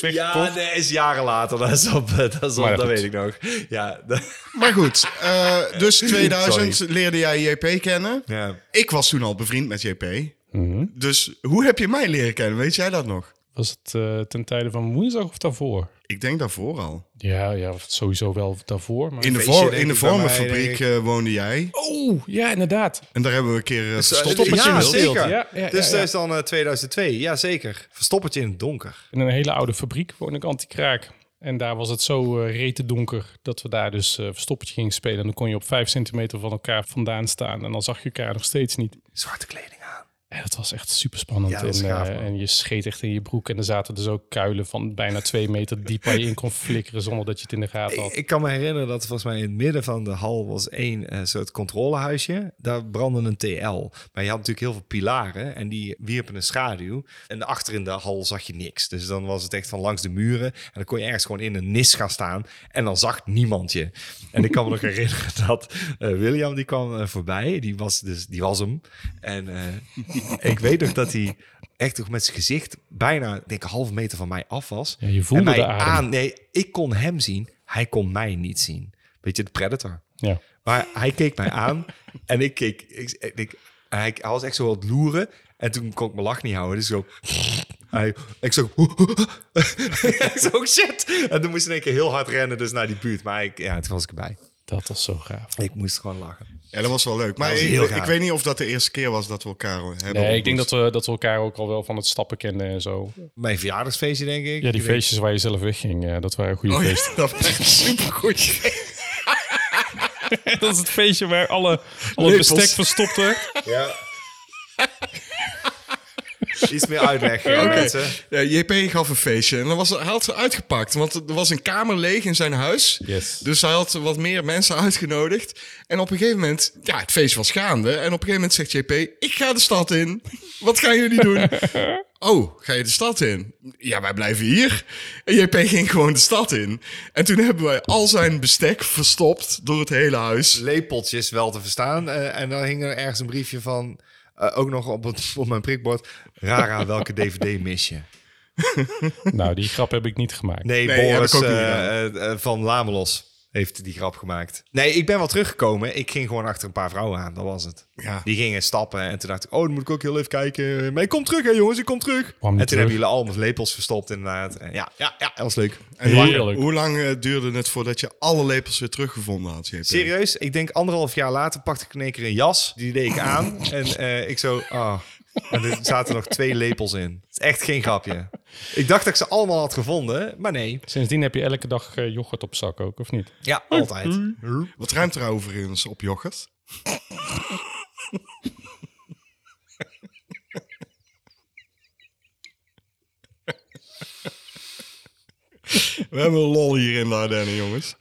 Ja,
weggekocht.
dat is jaren later. Dat is op, eh, dat, is op,
Maar ja,
dat
goed.
weet ik nog. Ja, dat-
Maar goed, eh, dus 2000 leerde jij JP kennen.
ja. Mhm.
Ik was toen al bevriend met JP. Dus hoe heb je mij leren kennen? Weet jij dat nog?
Was het eh, ten tijde van woensdag of daarvoor?
Ik denk daarvoor al.
Ja, ja sowieso wel daarvoor. Maar...
In de,
feestje,
vor-
denk
in de
ik, bij mij,
vormenfabriek eh, woonde jij.
Oh, ja, inderdaad.
En daar hebben we een keer eh, verstopt.
Verstoppertje in
ja,
het beeld.
zeker.
Ja, ja,
dus dat
ja, ja.
is dan eh, 2002. Ja, zeker. Verstoppertje in het donker.
In een hele oude fabriek woon ik anti-kraak. En daar was het zo eh rete donker dat we daar dus eh verstoppertje gingen spelen. En dan kon je op vijf centimeter van elkaar vandaan staan. En dan zag je elkaar nog steeds niet.
Zwarte kleding aan.
En dat was echt super spannend.
Ja,
en,
dat is gaaf,
eh,
man.
en je scheet echt in je broek. En er zaten dus ook kuilen van bijna twee meter diep waar je in kon flikkeren zonder dat je het in de gaten
Ik,
had.
ik kan me herinneren dat volgens mij in het midden van de hal was één eh, soort controlehuisje. Daar brandde een TL. Maar je had natuurlijk heel veel pilaren en die wierpen een schaduw. En achter in de hal zag je niks. Dus dan was het echt van langs de muren. En dan kon je ergens gewoon in een nis gaan staan. En dan zag niemand je. En ik kan me nog herinneren dat eh, William die kwam eh, voorbij. Die was, dus, die was hem. En eh, ik weet nog dat hij echt nog met zijn gezicht bijna, denk ik, een halve meter van mij af was.
Ja, je voelde
en mij
de adem.
aan. Nee, ik kon hem zien. Hij kon mij niet zien. Weet je, de predator.
Ja.
Maar hij keek mij aan en ik keek. Ik, ik, ik- hij, hij was echt zo aan het loeren. En toen kon ik mijn lach niet houden. Dus zo. Hij, ik zo. ik zo, oh, shit. En toen moest ik in één keer heel hard rennen, dus naar die buurt. Maar ik, ja, toen was ik erbij.
Dat was zo gaaf.
Ik moest gewoon lachen.
Ja, dat was wel leuk. Maar
Dat was
ik,
heel
ik
gaaf.
weet niet of dat de eerste keer was dat we elkaar hebben
Nee, ik
ontmoet.
denk dat we, dat we elkaar ook al wel van het stappen kenden en zo.
Mijn verjaardagsfeestje, denk ik.
Ja, die
Ik denk-
feestjes waar je zelf wegging, eh, dat waren goede
Oh
feesten.
ja, dat was echt supergoed.
Dat is het feestje waar alle, alle
Lepels.
bestek verstopt werd.
Ja. Iets meer uitleg, ja, mensen.
Ja, JP gaf een feestje en dan was, hij had ze uitgepakt. Want er was een kamer leeg in zijn huis.
Yes.
Dus hij had wat meer mensen uitgenodigd. En op een gegeven moment, ja, het feest was gaande. En op een gegeven moment zegt JP, ik ga de stad in. Wat gaan jullie doen? oh, ga je de stad in? Ja, wij blijven hier. En JP ging gewoon de stad in. En toen hebben wij al zijn bestek verstopt door het hele huis.
Lepeltjes wel te verstaan. eh, en dan hing er ergens een briefje van, eh, ook nog op, het, op mijn prikbord. Rara, welke DVD mis je?
Nou, die grap heb ik niet gemaakt.
Nee,
Nee, heb
Boris
ik ook niet
eh,
gedaan.
eh, eh, van Lamelos heeft die grap gemaakt. Nee, ik ben wel teruggekomen. Ik ging gewoon achter een paar vrouwen aan, dat was het.
Ja.
Die gingen stappen en toen dacht ik, oh, dan moet ik ook heel even kijken. Maar ik kom terug, hè jongens, ik kom terug. En toen
niet terug?
hebben jullie allemaal lepels verstopt inderdaad. En ja, ja, ja, dat was leuk.
En
Heerlijk.
Hoe lang eh, duurde het voordat je alle lepels weer teruggevonden had, JP?
Serieus, ik denk anderhalf jaar later pakte ik in één keer een jas. Die deed ik aan. En eh, ik zo, ah. En er zaten nog twee lepels in. Het is echt geen grapje. Ik dacht dat ik ze allemaal had gevonden, maar nee.
Sindsdien heb je elke dag eh, yoghurt op zak ook, of niet?
Ja, altijd.
Wat ruimt er overigens op yoghurt? We hebben een lol hier in de Ardennen, jongens.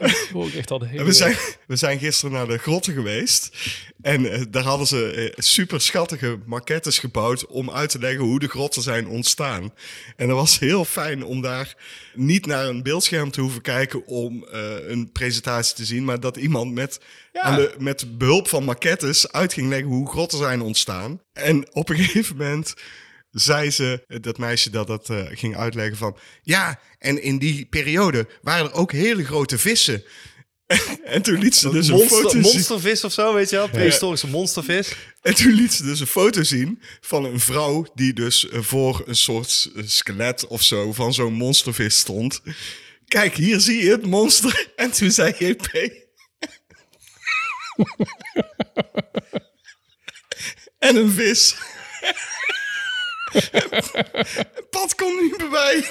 Ik hoor ook echt al de hele
En we, zijn, we zijn gisteren naar de grotten geweest. En eh, daar hadden ze eh, super schattige maquettes gebouwd... om uit te leggen hoe de grotten zijn ontstaan. En dat was heel fijn om daar niet naar een beeldscherm te hoeven kijken... om eh, een presentatie te zien. Maar dat iemand met, aan de, met behulp van maquettes uit ging leggen hoe grotten zijn ontstaan. En op een gegeven moment zei ze, dat meisje dat dat eh, ging uitleggen van... Ja, en in die periode waren er ook hele grote vissen... En toen liet ze dus een foto
Monster,
zien.
monstervis of zo, weet je wel? Prehistorische monstervis.
En toen liet ze dus een foto zien van een vrouw die dus eh, voor een soort eh, skelet of zo van zo'n monstervis stond. Kijk, hier zie je het monster. En toen zei JP. en een vis. Pat komt niet meer bij.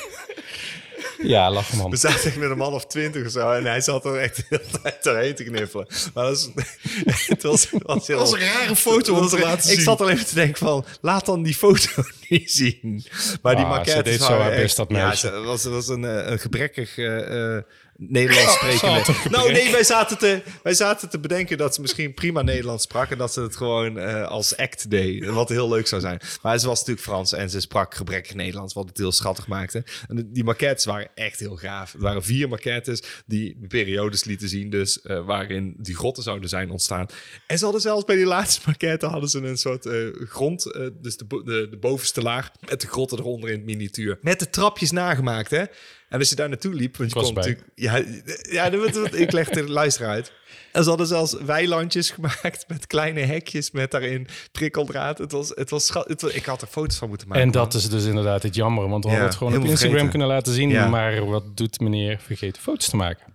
Ja, lach man.
We zaten echt met een man of twintig of zo. En hij zat er echt de hele tijd doorheen te kniffelen. Maar dat was, het was, het was heel...
Oh. Dat was een rare foto om te laten zien.
Ik zat al even te denken van, laat dan die foto niet zien. Maar die
Ah,
maquette...
ze deed zo haar best, dat
Ja,
meisje.
ze- was, was een, eh, een gebrekkig eh, eh, Nederlands sprekende...
had een
nou nee, wij zaten, te, wij zaten te bedenken dat ze misschien prima Nederlands sprak... en dat ze het gewoon eh, als act deed, wat heel leuk zou zijn. Maar ze was natuurlijk Frans en ze sprak gebrekkig Nederlands... wat het heel schattig maakte. En de- die maquettes waren echt heel gaaf. Er waren vier maquettes die periodes lieten zien... dus eh, waarin die grotten zouden zijn ontstaan. En ze hadden zelfs bij die laatste maquette... hadden ze een soort eh, grond, eh, dus de, bo- de, de bovenste laag... met de grotten eronder in het miniatuur. Met de trapjes nagemaakt, hè? En als je daar naartoe liep, want je
Ik was
kon
bij.
natuurlijk ja, eh, ja dat- dat- ik leg de luisteraar uit. En ze hadden zelfs weilandjes gemaakt met kleine hekjes met daarin prikkeldraad. Het was, het was, schat- het was- ik had er foto's van moeten maken.
En dat is dus inderdaad het jammer, want we hadden
Ja,
het gewoon op
helemaal
Instagram
vergeten.
kunnen laten zien.
Ja.
Maar wat doet meneer? Vergeet foto's te maken.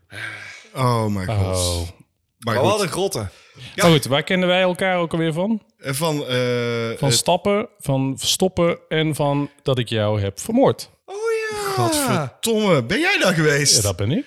Oh my god.
Oh.
Maar
maar
goed,
wel de grotten.
Maar Goed, waar kennen wij elkaar ook alweer van?
eh, van, eh,
Van
het-
stappen, van verstoppen en van dat ik jou heb vermoord.
Oh ja.
Godverdomme, eh, ben jij daar geweest?
Ja, dat ben ik.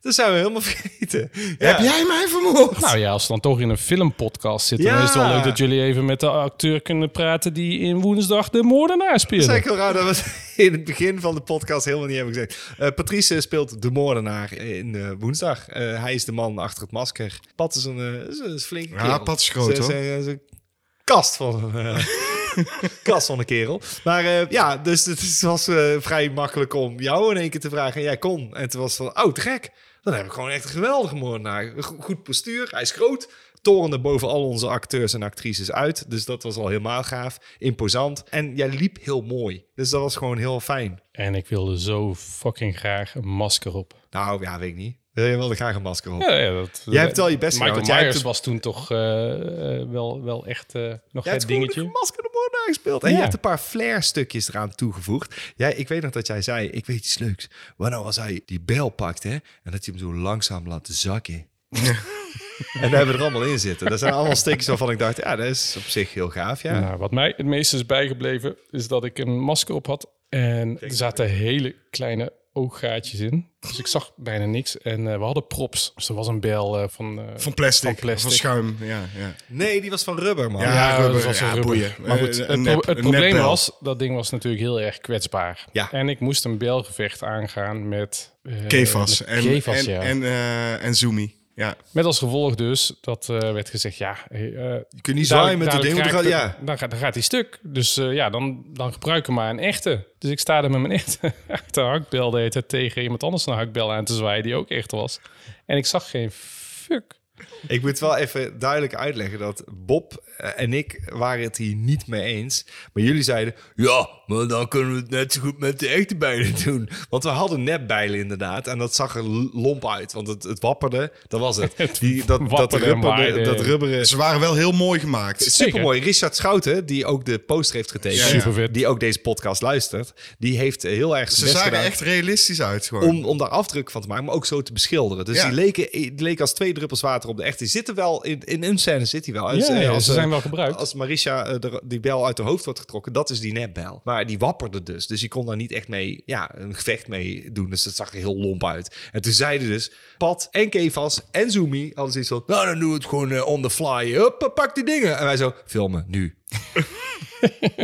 Dat zijn we helemaal vergeten.
Heb jij mij vermoord?
Nou ja, als we dan toch in een filmpodcast zitten, dan
Ja.
is het wel leuk dat jullie even met de acteur kunnen praten die in woensdag de moordenaar
Dat is
speelde.
eigenlijk heel raar dat we het in het begin van de podcast helemaal niet hebben gezegd. Eh, Patrice speelt de moordenaar in eh, woensdag. Eh, hij is de man achter het masker. Pat is een, eh, is een- is een flinke
Ja,
kerel.
Pat is groot,
Is- is-
hoor.
is- is een kast van een... eh, kast van een kerel. Maar eh, ja, dus het is- was eh, vrij makkelijk om jou in één keer te vragen. En jij kon. En toen was het van, oh, te gek. Dan heb ik gewoon echt een geweldige moordenaar. Go- Goed postuur, hij is groot. torende boven al onze acteurs en actrices uit. Dus dat was al helemaal gaaf, imposant. En jij liep heel mooi. Dus dat was gewoon heel fijn.
En ik wilde zo fucking graag een masker op.
Nou ja, weet ik niet. Wil je wel graag een masker op?
Ja, ja, dat,
Jij hebt wel je best gedaan, want
Michael
jij
Myers
hebt het-
was toen toch eh, eh, wel, wel echt eh, nog
Jij
het
hebt
dingetje.
gewoon een masker op orde aangespeeld. En
Ja.
je hebt een paar flair-stukjes eraan toegevoegd. Jij, ik weet nog dat jij zei, ik weet iets leuks. Maar nou als hij die bel pakt, hè, en dat je hem zo langzaam laat zakken. en daar hebben we er allemaal in zitten. Dat zijn allemaal stukjes waarvan ik dacht, ja, dat is op zich heel gaaf, ja.
Nou, wat mij het meest is bijgebleven, is dat ik een masker op had. En er zaten hele kleine ooggaatjes in. Dus ik zag bijna niks. En eh, we hadden props. Dus er was een bel eh, van, eh,
Van plastic,
Van plastic.
van schuim. Ja, ja.
Nee, die was van rubber, man.
Ja.
Ja,
rubber.
dat was
Ja,
wel rubber.
boeien.
Maar goed,
Eh,
het,
een
pro-
nep-
het
een
probleem
nepbel.
was, dat ding was natuurlijk heel erg kwetsbaar.
Ja.
En ik moest een belgevecht aangaan met... eh,
Kefas
met
en,
Kefas,
en,
ja.
en, eh, en Zoomy. Ja.
Met als gevolg dus, dat eh, werd gezegd, ja... eh, eh,
Je kunt niet
daar-
zwaaien met dat
dadelijk
ding, want dan
raakt
gaat-
het-
ja.
dan gaat, dan gaat hij stuk. Dus eh, ja, dan, dan gebruik hem maar een echte. Dus ik sta er met mijn echte de hakbel de hele tijd tegen iemand anders een hakbel aan te zwaaien die ook echt was. En ik zag geen fuck.
Ik moet wel even duidelijk uitleggen dat Bob eh, en ik waren het hier niet mee eens. Maar jullie zeiden, ja, maar dan kunnen we het net zo goed met de echte bijlen doen. Want we hadden net bijlen inderdaad. En dat zag er l- lomp uit, want het, het wapperde. Dat was het. Die, dat, dat,
wapperde en waaide.
rubberen, dat rubberen...
Ze waren wel heel mooi gemaakt.
Supermooi. Richard Schouten, die ook de poster heeft getekend.
Ja, ja.
Supervet.
Die ook deze podcast luistert. Die heeft heel erg
Ze
zijn best
zagen
gedaan
echt realistisch uit gewoon.
om, om daar afdruk van te maken, maar ook zo te beschilderen. Dus
Ja.
die, leken, die leken als twee druppels water op de echte. Die zitten wel in, in een scène, zit hij wel. En
Ja, ja,
als,
ze
eh,
zijn wel gebruikt.
Als Marisha eh, de- die bel uit de hoofd wordt getrokken, dat is die nepbel. Maar die wapperde dus. Dus je kon daar niet echt mee, ja, een gevecht mee doen. Dus dat zag er heel lomp uit. En toen zeiden dus Pat en Kevas en Zoomy, alles iets van, nou dan doen we het gewoon eh, on the fly. Hup, pak die dingen. En wij zo, filmen, nu.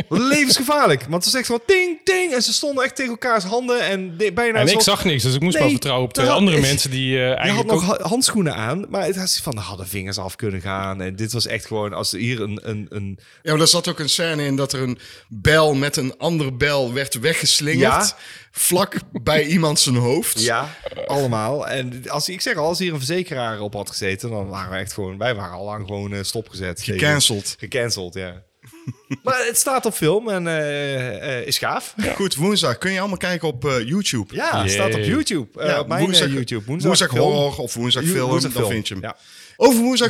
Wat levensgevaarlijk. Want ze zegt gewoon ting, ting. En ze stonden echt tegen elkaars handen. En de- bijna
En ik
alsof-
zag niks, dus ik moest
Nee,
maar vertrouwen op
dat
twee
had-
andere
ik-
mensen die eh
Je had
eigenlijk
nog
ook...
ha- handschoenen aan, maar het had van de hadden vingers af kunnen gaan. En dit was echt gewoon als er hier een. een, een
Ja, maar daar zat ook een scène in dat er een bel met een andere bel werd weggeslingerd.
Ja.
Vlak bij iemand zijn hoofd.
ja, allemaal. En als ik zeg al, als hier een verzekeraar op had gezeten, dan waren we echt gewoon. Wij waren al lang gewoon eh, stopgezet. tegen-
Gecanceld.
Gecanceld, ja. maar het staat op film en eh, eh, is gaaf. Ja,
Goed, woensdag kun je allemaal kijken op eh, YouTube.
het staat op
Jee.
YouTube. Eh,
Ja,
op mijn eh, YouTube. Woensdag, film.
horror of woensdag
Jo-
film,
woensdag
dan
film,
vind je hem.
ja.
Over woensdag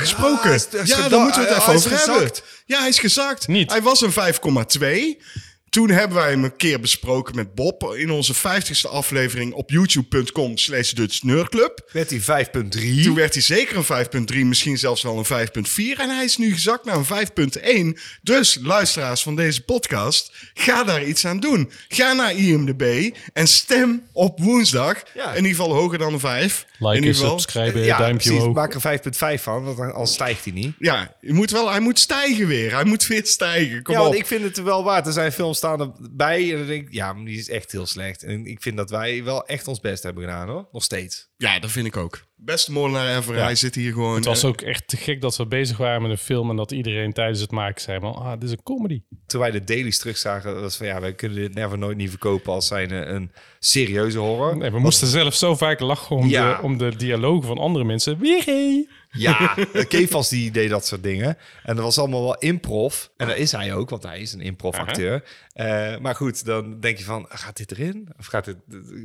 hij
gesproken. Ja,
is- hij is
daar
geda-
moeten we het
hij-
even
hij
over
is
hebben.
gezakt.
Ja, hij is gezakt.
Niet.
Hij was een 5,2. Toen hebben wij hem een keer besproken met Bob in onze 50ste aflevering op youtube.com slash Dutch Neurclub.
Werd die 5.3.
Toen werd hij zeker een 5.3, misschien zelfs wel een 5.4. En hij is nu gezakt naar een 5.1. Dus luisteraars van deze podcast, ga daar iets aan doen. Ga naar IMDB en stem op woensdag.
Ja.
In ieder geval hoger dan een 5. in
Like,
ieder geval.
subscribe,
Eh, ja,
duimpje
precies.
omhoog.
Maak er 5.5 van, want dan- anders stijgt hij niet.
Ja, je moet wel, hij moet stijgen weer. Hij moet weer stijgen. Kom
ja,
op.
want ik vind het wel waard. Er zijn films staan erbij en dan denk ik, ja, maar die is echt heel slecht. En ik vind dat wij wel echt ons best hebben gedaan, hoor. Nog steeds.
Ja, dat vind ik ook. Beste moordenaar ever. Hij zit hier gewoon. eh,
Het was ook echt te gek dat we bezig waren met een film en dat iedereen tijdens het maken zei van, ah, dit is een comedy.
Toen wij de dailies terugzagen, was van, ja, wij kunnen dit never nooit niet verkopen als zijn eh, een serieuze horror.
Nee, we moesten zelf zo vaak lachen om,
Ja.
de, om de dialogen van andere mensen. Wiggy!
Ja, eh, Kefas die deed dat soort dingen. En dat was allemaal wel improv. En dat is hij ook, want hij is een improv-acteur. Eh, maar goed, dan denk je van, gaat dit erin? Of gaat dit...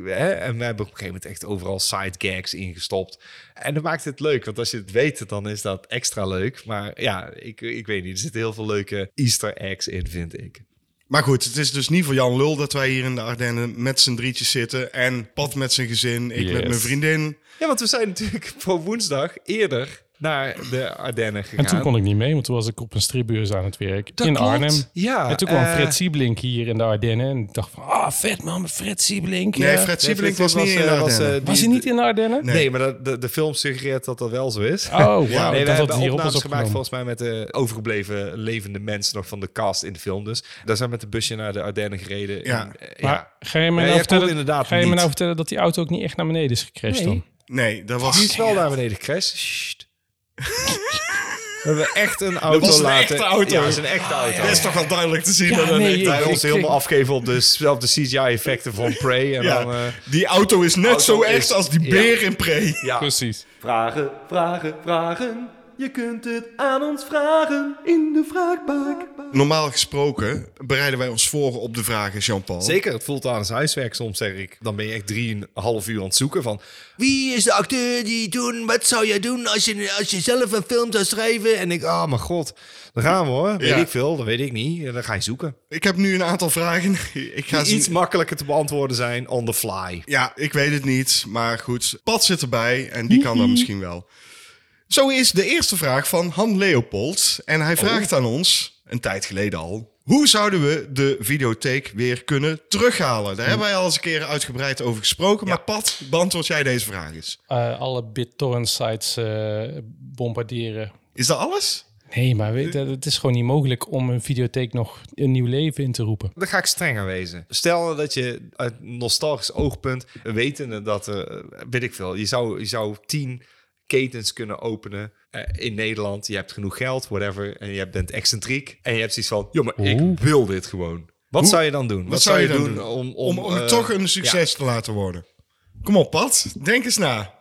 Hè? En we hebben op een gegeven moment echt overal side gags ingestopt. En dat maakt het leuk, want als je het weet, dan is dat extra leuk. Maar ja, ik, ik weet niet, er zitten heel veel leuke easter eggs in, vind ik.
Maar goed, het is dus niet voor Jan Lul dat wij hier in de Ardennen met z'n drietjes zitten. En Pat met zijn gezin, ik
Yes.
met mijn vriendin.
Ja, want we zijn natuurlijk voor woensdag eerder naar de Ardennen gegaan.
En toen kon ik niet mee, want toen was ik op een stripbeurs aan het werk
Dat
in
klopt.
Arnhem.
Ja,
en toen kwam
eh,
Fred Sieblink hier in de Ardennen. En ik dacht van, ah, vet man, Fred Sieblink.
Nee,
ja.
Fred
Nee,
Siebeling
Fred
was niet in de
eh, was,
Ardennen.
eh, die-
Was hij niet in de Ardennen?
Nee, maar dat, de, de film suggereert dat dat wel zo is.
Oh,
Ja, nee,
wauw. ik
we
dacht dat
hebben
het hierop dus
opnames
was opgenomen.
gemaakt volgens mij met de overgebleven levende mensen nog van de cast in de film. Dus daar zijn we met de busje naar de Ardennen gereden.
Ja.
En, eh,
Maar ga je
Ja,
me
jij
nou,
kon
vertellen,
inderdaad
ga je me
niet.
nou vertellen dat die auto ook niet echt naar beneden is
Nee.
gecrashed dan?
Nee, dat
Die
was...
is wel naar beneden gecrashed. Sst. We hebben echt een auto
was een
laten.
echte auto.
Ja, dat is een echte auto.
Dat is toch wel duidelijk te zien. dat dat
nee,
net-
ik-
Wij
ik-
ons helemaal afgeven op de, op de CGI-effecten van Prey. En
ja.
dan, eh,
die auto is net
auto
zo
is-
echt als die
ja.
beer in Pre.
ja.
Precies.
Vragen, vragen, vragen. Je kunt het aan ons vragen in de vraagbaak.
Normaal gesproken bereiden wij ons voor op de vragen, Jean-Paul.
Zeker, het voelt aan als huiswerk soms, zeg ik. Dan ben je echt drieënhalf uur aan het zoeken van... Wie is de acteur die toen... Wat zou jij doen als je, als je zelf een film zou schrijven? En ik, ah, mijn god. Daar gaan we hoor. Weet
Ja.
ik veel, dat weet ik niet. En dan ga je zoeken.
Ik heb nu een aantal vragen. Ik ga
Die
ze-
iets makkelijker te beantwoorden zijn on the fly.
Ja, ik weet het niet, maar goed. Pat zit erbij en die kan dan misschien wel. Zo is de eerste vraag van Han Leopold. En hij vraagt aan ons, een tijd geleden al... Hoe zouden we de videotheek weer kunnen terughalen? Daar hebben wij al eens een keer uitgebreid over gesproken. Maar Pat, beantwoord jij deze vraag eens.
Eh, alle BitTorrent sites eh, bombarderen.
Is dat alles?
Nee, maar weet, je, het is gewoon niet mogelijk om een videotheek nog een nieuw leven in te roepen.
Dan ga ik strenger wezen. Stel dat je uit nostalgisch oogpunt, wetende dat, eh weet ik veel, je zou, je zou tien ketens kunnen openen eh, in Nederland. Je hebt genoeg geld, whatever, en je bent excentriek. En je hebt zoiets van, joh, maar ik wil dit gewoon. Wat zou je dan doen? Wat,
zou je dan
doen,
doen?
om...
Om, om het
eh,
toch een succes te laten worden. Kom op, Pat. Denk eens na.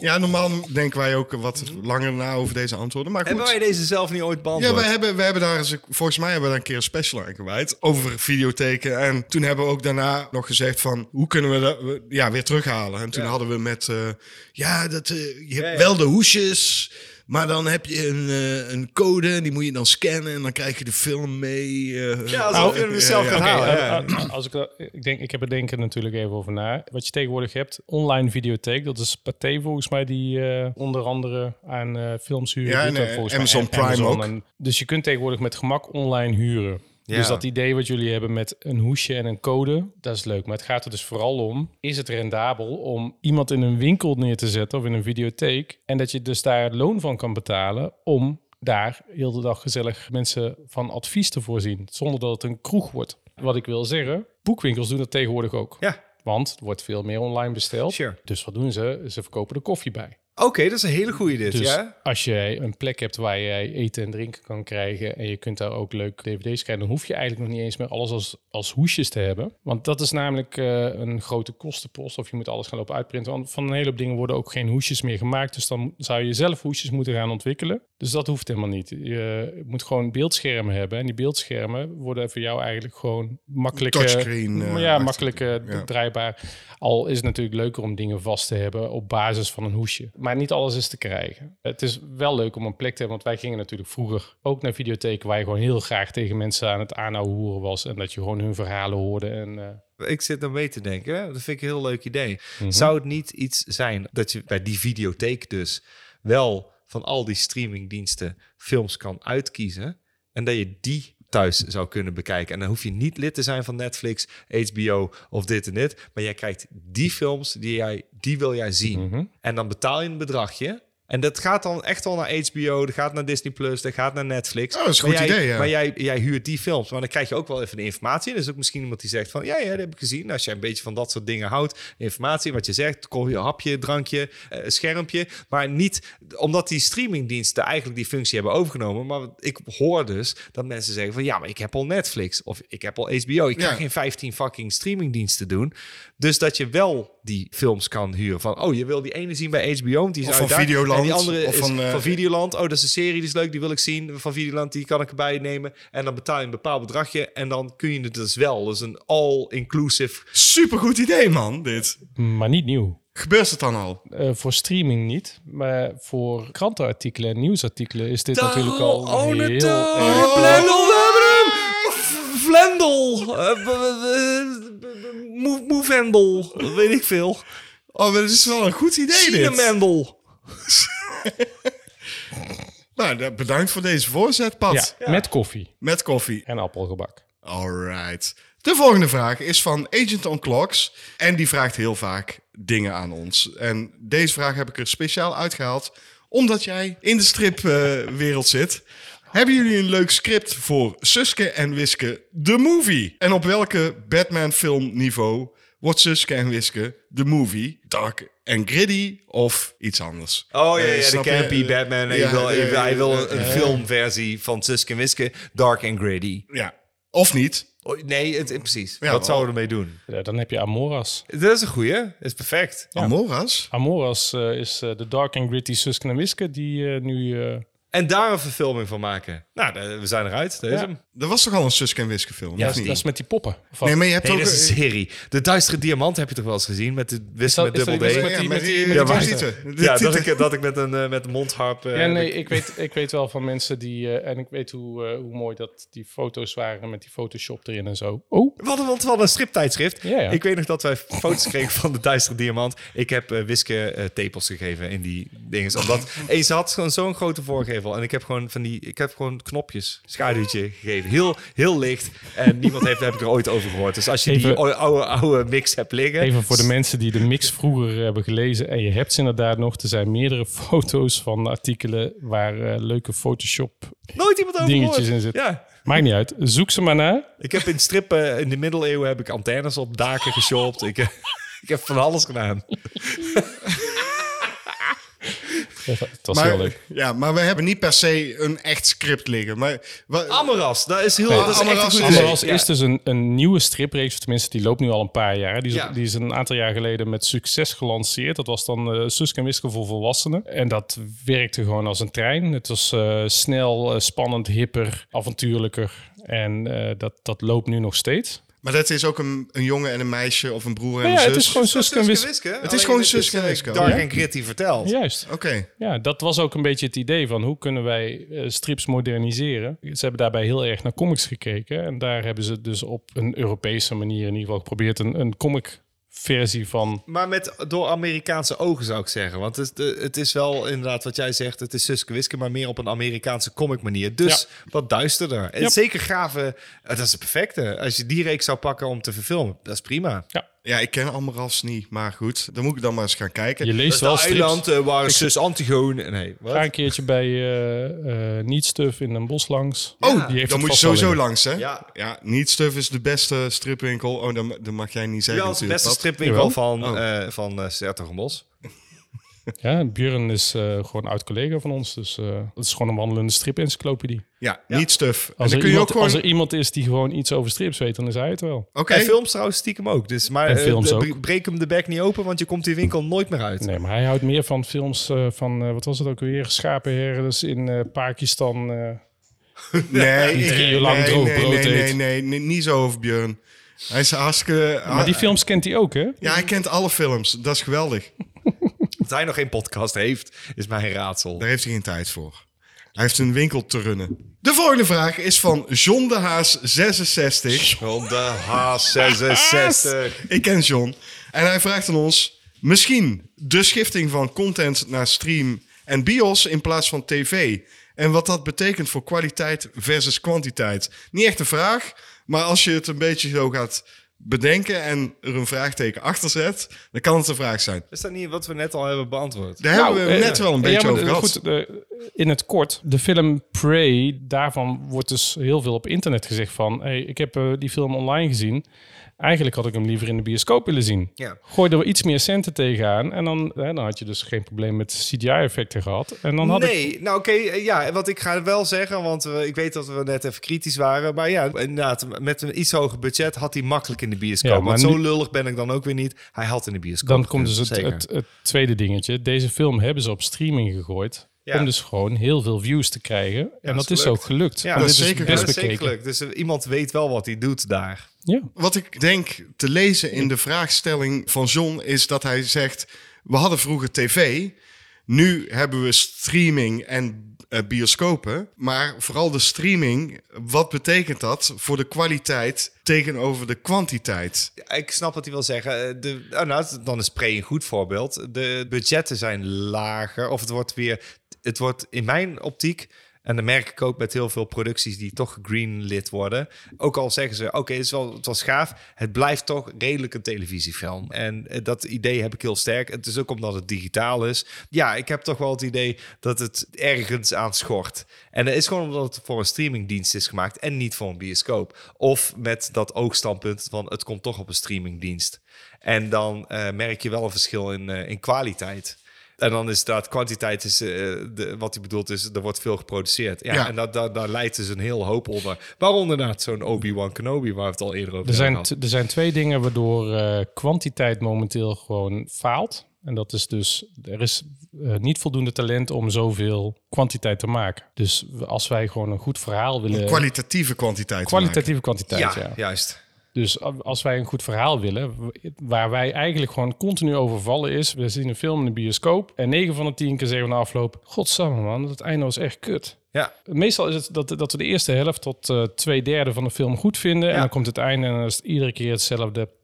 Ja, normaal denken wij ook wat langer na over deze antwoorden. Maar goed.
Hebben wij deze zelf niet ooit
Ja,
beantwoord?
we hebben, we hebben daar eens, volgens mij hebben we daar een keer een special aan gewijd over videotheken. En toen hebben we ook daarna nog gezegd van, hoe kunnen we dat we- ja, weer terughalen? En toen hadden we met, eh, ja, dat, eh, je hebt
ja.
wel de hoesjes, maar dan heb je een, eh, een code en die moet je dan scannen en dan krijg je de film mee. eh.
Ja, alsof je hem zelf
Nou, ja,
gaat
oh,
Oké,
halen. ja.
eh, eh, als ik, dat- ik, denk, ik heb er denk ik natuurlijk even over na. Wat je tegenwoordig hebt, online videotheek. Dat is Pathé volgens mij, die eh, onder andere aan eh, films huren.
Ja,
doet
en,
dat
eh,
volgens
Amazon
mij.
Prime ook.
en- dus je kunt tegenwoordig met gemak online huren.
Ja.
Dus dat idee wat jullie hebben met een hoesje en een code, dat is leuk. Maar het gaat er dus vooral om, is het rendabel om iemand in een winkel neer te zetten of in een videotheek en dat je dus daar het loon van kan betalen om daar heel de dag gezellig mensen van advies te voorzien, zonder dat het een kroeg wordt. Wat ik wil zeggen, boekwinkels doen dat tegenwoordig ook.
Ja.
Want er wordt veel meer online besteld.
Sure.
Dus wat doen ze? Ze verkopen er koffie bij.
Oké, dat is een hele goede dit,
Dus
ja?
als je een plek hebt waar je eten en drinken kan krijgen en je kunt daar ook leuk dvd's krijgen, dan hoef je eigenlijk nog niet eens meer alles als, als hoesjes te hebben. Want dat is namelijk eh, een grote kostenpost of je moet alles gaan lopen uitprinten. Want van een hele hoop dingen worden ook geen hoesjes meer gemaakt. Dus dan zou je zelf hoesjes moeten gaan ontwikkelen. Dus dat hoeft helemaal niet. Je moet gewoon beeldschermen hebben en die beeldschermen worden voor jou eigenlijk gewoon makkelijk
Touchscreen, eh,
ja,
achter-
makkelijk eh,
ja.
draaibaar. Al is het natuurlijk leuker om dingen vast te hebben op basis van een hoesje. Maar niet alles is te krijgen. Het is wel leuk om een plek te hebben, want wij gingen natuurlijk vroeger ook naar videotheken waar je gewoon heel graag tegen mensen aan het aanhouden hoeren was en dat je gewoon hun verhalen hoorde. En, eh,
Ik zit dan mee te denken. hè. Dat vind ik een heel leuk idee.
Mhm.
Zou het niet iets zijn dat je bij die videotheek dus wel van al die streamingdiensten films kan uitkiezen en dat je die thuis zou kunnen bekijken. En dan hoef je niet lid te zijn van Netflix, HBO of dit en dit, maar jij krijgt die films die jij die wil jij zien.
Mhm.
En dan betaal je een bedragje. En dat gaat dan echt wel naar HBO, dat gaat naar Disney Plus, dat gaat naar Netflix.
Oh, dat is een
Maar
goed
jij-
idee, ja.
Maar jij, jij huurt die films, maar dan krijg je ook wel even de informatie. Er is ook misschien iemand die zegt van, ja, ja, dat heb ik gezien. Nou, Als jij een beetje van dat soort dingen houdt, informatie, wat je zegt, koffie, hapje, drankje, eh, schermpje. Maar niet, omdat die streamingdiensten eigenlijk die functie hebben overgenomen. Maar ik hoor dus dat mensen zeggen van, ja, maar ik heb al Netflix of ik heb al HBO. Ik
Ja.
ga geen 15 fucking streamingdiensten doen. Dus dat je wel die films kan huren van, oh, je wil die ene zien bij HBO, want die is
Of
uit
van
daar.
Videoland,
En die andere
of
is
van, eh,
van Videoland. Oh, dat is een serie, die is leuk, die wil ik zien. Van Videoland, die kan ik erbij nemen. En dan betaal je een bepaald bedragje. En dan kun je het dus wel. Dus een all-inclusive.
Supergoed idee, man, dit.
maar niet nieuw.
Gebeurt het dan al?
Eh, voor streaming niet, maar voor krantenartikelen en nieuwsartikelen is dit natuurlijk al heel
eh,
erg-
Vlendel, we hebben hem! Vlendel! Eh, b- b- b- Moe- Moevendel, weet ik veel.
Oh, maar dit is wel een goed idee, dit.
Cinemendel.
Nou, da- bedankt voor deze voorzet, Pat.
Ja, met koffie
Met koffie.
en appelgebak.
Alright. De volgende vraag is van Agent on Clocks. En die vraagt heel vaak dingen aan ons. En deze vraag heb ik er speciaal uitgehaald. Omdat jij in de stripwereld zit. Hebben jullie een leuk script voor Suske en Wiske, de movie? En op welke Batman film niveau wordt Suske en Wiske, de movie, dark en gritty of iets anders?
Oh ja,
Eh,
ja de
snap je?
campy Batman. Hij
Ja,
wil, hij
eh,
wil- hij wil
eh,
een filmversie van Suske en Wiske. Dark and gritty.
Ja, of niet.
Oh, nee, het, precies.
Ja,
Wat
oh.
zouden we ermee doen?
Ja, Eh, dan heb je Amoras.
Dat is een goeie. Dat is perfect.
Amoras?
Amoras eh, is eh, de dark and gritty Suske en Wiske die eh, nu... eh,
En daar een verfilming van maken. Nou, de- we zijn eruit. Dat is
Ja.
hem.
Er was toch al een Suske en Wiske film?
ja,
of
dat
niet?
is met die poppen. Of wat?
Nee, maar je hebt
Nee,
ook...
dat is een serie. De Duistere Diamant heb je toch wel eens gezien? Met de wist
dat-
met
is dat
dubbel D.
die wissel
ja,
met die-
met
met die-
die...
met
Ja,
die
maar-
tieten.
Ja, dat ik, dat ik met een, eh, met een mondharp... eh,
Ja, nee, ik weet, ik weet wel van mensen die... eh, en ik weet hoe, eh, hoe mooi dat die foto's waren met die Photoshop erin en zo. Oh,
We hadden want we hadden een striptijdschrift.
Ja, ja.
Ik weet nog dat wij foto's kregen van de Duistere Diamant. Ik heb eh Wiske eh, tepels gegeven in die dingen. Omdat eh, ze had gewoon zo'n grote voorgevel. En ik heb gewoon van die, ik heb gewoon knopjes, schaduwtje gegeven. Heel, heel licht. En niemand heeft, heb ik er ooit over gehoord. Dus als je die
Even-
oude, oude, oude mix hebt liggen.
Even voor de mensen die de mix vroeger hebben gelezen. En je hebt ze inderdaad nog. Er zijn meerdere foto's van artikelen waar eh, leuke Photoshop...
Nooit iemand over
dingetjes
gehoord.
in zitten.
Ja.
Maakt niet uit. Zoek ze maar na.
Ik heb in strippen, in de middeleeuwen heb ik antennes op daken geshopt. Ik, heb- ik heb van alles gedaan.
Het was heel
Maar,
leuk.
ja, maar we hebben niet per se een echt script liggen. Maar, wa-
Ah.
Amaras, dat is heel...
Nee,
dat is echt een
Amaras
goed
is-
idee.
Amaras
Ja.
is dus een, een nieuwe stripreeks, of tenminste, die loopt nu al een paar jaar. Die is,
Ja.
die is een aantal jaar geleden met succes gelanceerd. Dat was dan eh Suske en Wiske voor volwassenen. En dat werkte gewoon als een trein. Het was eh, snel, eh, spannend, hipper, avontuurlijker. En eh, dat, dat loopt nu nog steeds.
maar dat is ook een, een jongen en een meisje of een broer en
ja,
een
het is
zus.
gewoon Suske en Wiske.
Het
Oh,
is gewoon Suske en Wiske.
eh, Dark
Ja.
en gritty verteld.
Juist.
Oké.
Ja, dat was ook een beetje het idee van hoe kunnen wij eh, strips moderniseren. Ze hebben daarbij heel erg naar comics gekeken. En daar hebben ze dus op een Europese manier in ieder geval geprobeerd een, een comic versie van...
Maar met door Amerikaanse ogen zou ik zeggen. Want het, is- het is wel inderdaad wat jij zegt. Het is Suske Wiske, maar meer op een Amerikaanse comic manier. Dus wat duisterder. En
Ja.
zeker graven, dat is het perfecte. Als je die reeks zou pakken om te verfilmen, dat is prima.
Ja, ik ken Amaras niet, maar goed. Dan moet ik dan maar eens gaan kijken.
Je leest wel
dat
strips.
eiland eh, waar zus Antigone... Nee, wat?
Ga een keertje bij eh eh Nietstuf in een bos langs.
Oh,
heeft
dan
het
moet
vast
je
wel
sowieso
in.
langs, hè?
Ja.
ja niet Stuff is de beste stripwinkel. Oh, dan, dan mag jij niet zeggen
Wel de
natuurlijk.
beste
dat.
stripwinkel
Jawel.
van,
Oh.
eh van eh Sertogenbos.
Ja, Björn is eh, gewoon een oud collega van ons. Dus eh dat is gewoon een wandelende strip-encyclopedie.
Ja, niet Stuff. En
Als, er
dan kun je ook
iemand-
gewoon...
als er iemand is die gewoon iets over strips weet, dan is hij het wel.
Oké,
En films trouwens stiekem ook. Dus, maar
En
eh,
films
de-
ook.
bre- breek hem de bek niet open, want je komt die winkel nooit meer uit.
Nee, maar hij houdt meer van films eh, van, eh, wat was het ook weer, schapenherders in eh, Pakistan. eh.
nee,
Die
ik-
drie uur lang
nee,
droog
nee,
brood
nee, nee,
eet.
nee, nee, niet zo over Björn. Hij is hartstikke...
Maar die films kent hij ook, hè?
Ja, hij kent alle films. Dat is geweldig.
Dat hij nog geen podcast heeft, is mijn raadsel.
Daar heeft hij geen tijd voor. Hij heeft een winkel te runnen. De volgende vraag is van John de Haas 66.
Van de H66.
Ik ken John. En hij vraagt aan ons: misschien de schifting van content naar stream en bios in plaats van tv. En wat dat betekent voor kwaliteit versus kwantiteit. Niet echt een vraag, maar als je het een beetje zo gaat bedenken en er een vraagteken achter zet, dan kan het een vraag zijn.
Is dat niet wat we net al hebben beantwoord?
Daar hebben we
Nou, eh,
net wel een
ja,
beetje
maar
over
de-
gehad.
Goed, de- in het kort, de film Prey, daarvan wordt dus heel veel op internet gezegd van... Hey, ik heb eh, die film online gezien. Eigenlijk had ik hem liever in de bioscoop willen zien.
Ja.
Gooi er wel iets meer centen tegenaan en dan, hè, dan had je dus geen probleem met CGI-effecten gehad. En dan had ik...
Nee, nou oké, eh, ja, wat ik ga wel zeggen, want eh, ik weet dat we net even kritisch waren. Maar ja, inderdaad, met een iets hoger budget had hij makkelijk in de bioscoop.
Ja, maar
want zo
nu-
lullig ben ik dan ook weer niet. Hij had in de bioscoop.
Dan komt dus
gekund,
het,
zeker.
het, het tweede dingetje. Deze film hebben ze op streaming gegooid.
Ja.
Om dus gewoon heel veel views te krijgen. en
dat is
dat is
gelukt.
ook gelukt.
Ja,
En
dat
is
dit
zeker
best
Ja, dat is zeker
bekeken.
leuk. Dus eh, iemand weet wel wat hij doet daar.
Ja.
Wat ik denk te lezen in de vraagstelling van John is dat hij zegt: We hadden vroeger tv, nu hebben we streaming en eh, bioscopen. Maar vooral de streaming, wat betekent dat voor de kwaliteit tegenover de kwantiteit?
Ik snap wat hij wil zeggen. Eh, De, oh, nou, dan is Prey een goed voorbeeld. De budgetten zijn lager. Of het wordt weer... Het wordt in mijn optiek... En dat merk ik ook met heel veel producties die toch greenlit worden. Ook al zeggen ze, oké, het, is wel- het was gaaf. Het blijft toch redelijk een televisiefilm. En eh, dat idee heb ik heel sterk. Het is ook omdat het digitaal is. Ja, ik heb toch wel het idee dat het ergens aan schort. En dat is gewoon omdat het voor een streamingdienst is gemaakt en niet voor een bioscoop. Of met dat oogstandpunt van het komt toch op een streamingdienst. En dan eh, merk je wel een verschil in, eh, in kwaliteit. En dan is dat kwantiteit is, eh, de, wat hij bedoelt is, er wordt veel geproduceerd. Ja,
Ja.
En dat, dat, daar leidt dus een heel hoop onder. Waaronder inderdaad zo'n Obi-Wan Kenobi, waar we het al eerder over
Er zijn,
hebben
t- er zijn twee dingen waardoor eh, kwantiteit momenteel gewoon faalt. En dat is dus, er is eh, niet voldoende talent om zoveel kwantiteit te maken. Dus w- als wij gewoon een goed verhaal willen...
Kwalitatieve kwantiteit. te
kwalitatieve kwantiteit,
gehad.
ja.
Ja, juist.
Dus a- als wij een goed verhaal willen, w- waar wij eigenlijk gewoon continu over vallen is... We zien een film in de bioscoop en 9 van de 10 keer zeggen we na afloop... Godsamme man, dat einde was echt kut.
Ja,
Meestal is het dat, dat we de eerste helft tot eh, twee derde van de film goed vinden. En dan komt het einde en dan is het iedere keer hetzelfde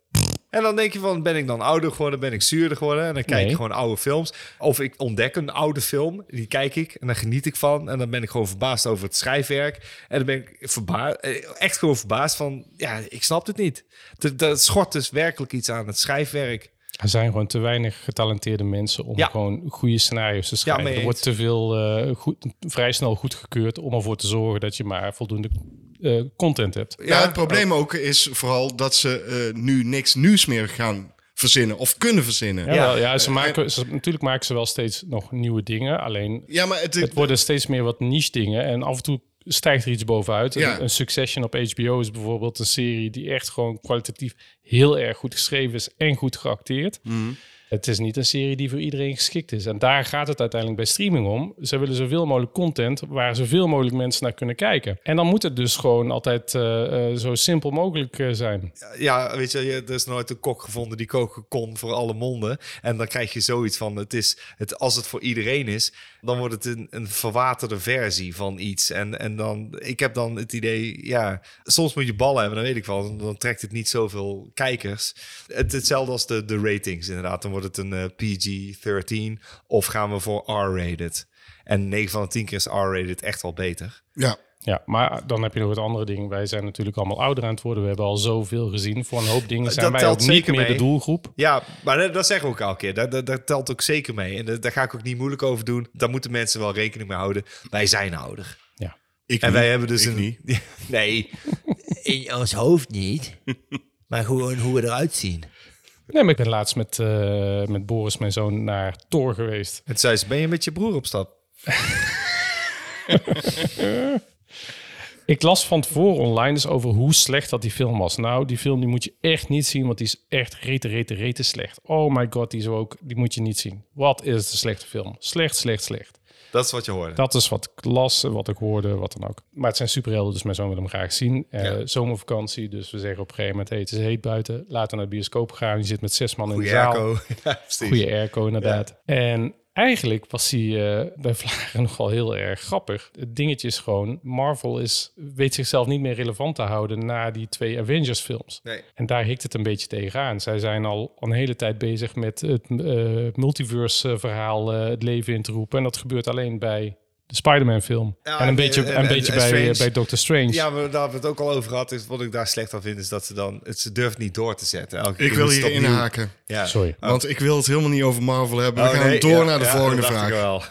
En dan denk je van, ben ik dan ouder geworden? Ben ik zuurder geworden? En dan kijk
Nee.
ik gewoon oude films. Of ik ontdek een oude film, die kijk ik en dan geniet ik van. En dan ben ik gewoon verbaasd over het schrijfwerk. En dan ben ik verba- eh, echt gewoon verbaasd van, ja, ik snap het niet. Dat, dat schort dus werkelijk iets aan het schrijfwerk.
Er zijn gewoon te weinig getalenteerde mensen om
Ja.
gewoon goede scenario's te schrijven.
mee
er
eens.
wordt te veel eh, goed, vrij snel goedgekeurd om ervoor te zorgen dat je maar voldoende eh, content hebt.
Ja, het probleem ook is vooral dat ze eh, nu niks nieuws meer gaan verzinnen of kunnen verzinnen.
Ja,
Ja, Eh,
wel, ja ze maken, ze- natuurlijk maken ze wel steeds nog nieuwe dingen. Alleen
maar het,
het worden steeds meer wat niche dingen. En af en toe stijgt er iets bovenuit. Een-
Ja.
Een, Succession op HBO is bijvoorbeeld een serie die echt gewoon kwalitatief heel erg goed geschreven is en goed geacteerd.
Mhm.
Het is niet een serie die voor iedereen geschikt is. En daar gaat het uiteindelijk bij streaming om. Ze willen zoveel mogelijk content waar zoveel mogelijk mensen naar kunnen kijken. En dan moet het dus gewoon altijd eh, eh, zo simpel mogelijk eh, zijn.
Ja, weet je, je- er is nooit een kok gevonden die koken kon voor alle monden. En dan krijg je zoiets van, het is, het, als het voor iedereen is, dan wordt het een, een verwaterde versie van iets. En, en dan, ik heb dan het idee, ja, soms moet je ballen hebben, dan weet ik wel. Dan, dan trekt het niet zoveel kijkers. Het, hetzelfde als de, de ratings inderdaad. Dan wordt het een eh, PG-13 of gaan we voor R-rated. En 9 van de 10 keer is R-rated echt wel beter.
ja.
Ja, maar dan heb je nog het andere ding. Wij zijn natuurlijk allemaal ouder aan het worden. We hebben al zoveel gezien. Voor een hoop dingen zijn
Dat
wij
telt
ook niet
zeker
meer de
mee.
doelgroep.
Ja, maar dat, dat zeggen we ook elke keer. Dat, dat, dat telt ook zeker mee. En dat- daar ga ik ook niet moeilijk over doen. Daar moeten mensen wel rekening mee houden. Wij zijn ouder.
Ja.
Ik
En
niet.
wij hebben dus
Ik
een.
niet.
Nee.
In ons hoofd niet, maar gewoon hoe we eruit zien.
Nee, maar ik ben laatst met, eh, met Boris, mijn zoon, naar Tor geweest.
Het zei ze: Ben je met je broer op stap?
Ik las van tevoren online dus over hoe slecht dat die film was. Nou, die film die moet je echt niet zien, want die is echt rete, rete, rete slecht. Oh my god, die is ook, die moet je niet zien. Wat is het een slechte film? Slecht, slecht, slecht.
Dat is wat je hoorde.
Dat is wat ik las, wat ik hoorde, wat dan ook. Maar het zijn superhelden, dus mijn zoon wil hem graag zien. Eh, Zomervakantie, dus we zeggen op een gegeven moment, hey, het is heet buiten. Laten we naar de bioscoop gaan. Je zit met zes man in de zaal.
Jaco. Ja, precies.
Goede airco, inderdaad. En eigenlijk was hij eh, bij Vlagen nogal heel erg grappig. Het dingetje is gewoon, Marvel is, weet zichzelf niet meer relevant te houden na die twee Avengers films.
Nee.
En daar hikt het een beetje tegenaan. Zij zijn al een hele tijd bezig met het eh, multiverse eh, verhaal eh, het leven in te roepen. En dat gebeurt alleen bij de Spider-Man film.
Ja,
en een
en-
beetje,
en-
en,
en-
een beetje
en
bij,
Strange.
eh, bij Doctor Strange.
Ja, maar daar hebben we het ook al over gehad. Is wat ik daar slecht aan vind, is dat ze dan. Het, ze durft niet door te zetten. Elke
Ik
keer
wil
moet ze
hier
het opnieuw-
inhaken.
Ja.
Sorry.
Ah. Want ik wil het helemaal niet over Marvel hebben. We
Oh,
gaan
nee,
door
ja,
naar de
ja,
volgende
dat dacht ik
vraag.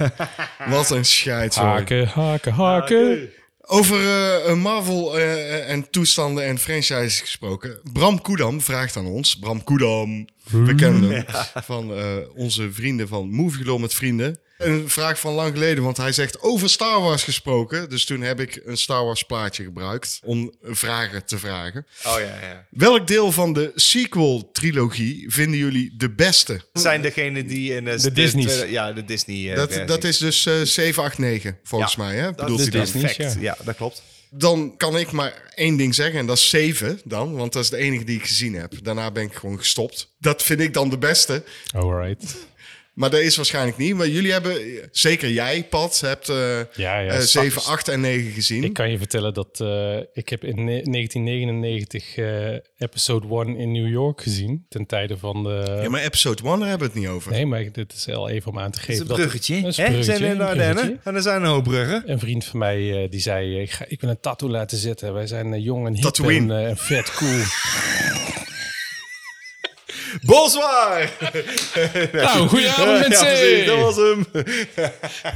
wel.
Wat een scheid, sorry.
Haken, haken, haken.
Over eh, Marvel eh, en toestanden en franchises gesproken. Bram Koedam vraagt aan ons. Bram Koedam, we kennen hem. Van eh, onze vrienden van Movielom met vrienden. Een vraag van lang geleden, want hij zegt over Star Wars gesproken. Dus toen heb ik een Star Wars plaatje gebruikt om vragen te vragen.
Oh ja, ja.
Welk deel van de sequel trilogie vinden jullie de beste?
Zijn degene die in eh, de,
Disneys.
tweede- Ja, de Disney. eh,
Dat,
versie.
dat is dus eh 7, 8, 9 volgens
Ja,
mij. Hè?
dat
Bedoelt
is
hij dan?
Disney.
Disney's,
Fact.
Ja, dat klopt.
Dan kan ik maar één ding zeggen en dat is 7 dan, want dat is de enige die ik gezien heb. Daarna ben ik gewoon gestopt. Dat vind ik dan de beste,
All right.
maar dat is waarschijnlijk niet. Maar jullie hebben, zeker jij, Pat, hebt eh
Ja, ja,
eh,
straks.
7, 8 en 9 gezien.
Ik kan je vertellen dat eh, ik heb in ne- 1999 eh, episode 1 in New York gezien. Ten tijde van de...
Ja, maar episode 1, daar hebben we het niet over.
eh, Nee, maar dit is wel even om aan te geven.
Het is een
dat-
bruggetje.
Dat is een
hè? Zijn we in de
bruggetje, een
Ardennen?
bruggetje.
En er zijn een hoop bruggen.
Een vriend van mij eh, die zei, eh, ik, ga, ik wil een tattoo laten eh, zetten. Wij zijn eh, jong en hip en,
Tatooine.
eh, en vet cool.
Boswaar!
Nou, goedenavond
Ja,
mensen!
precies, dat was hem.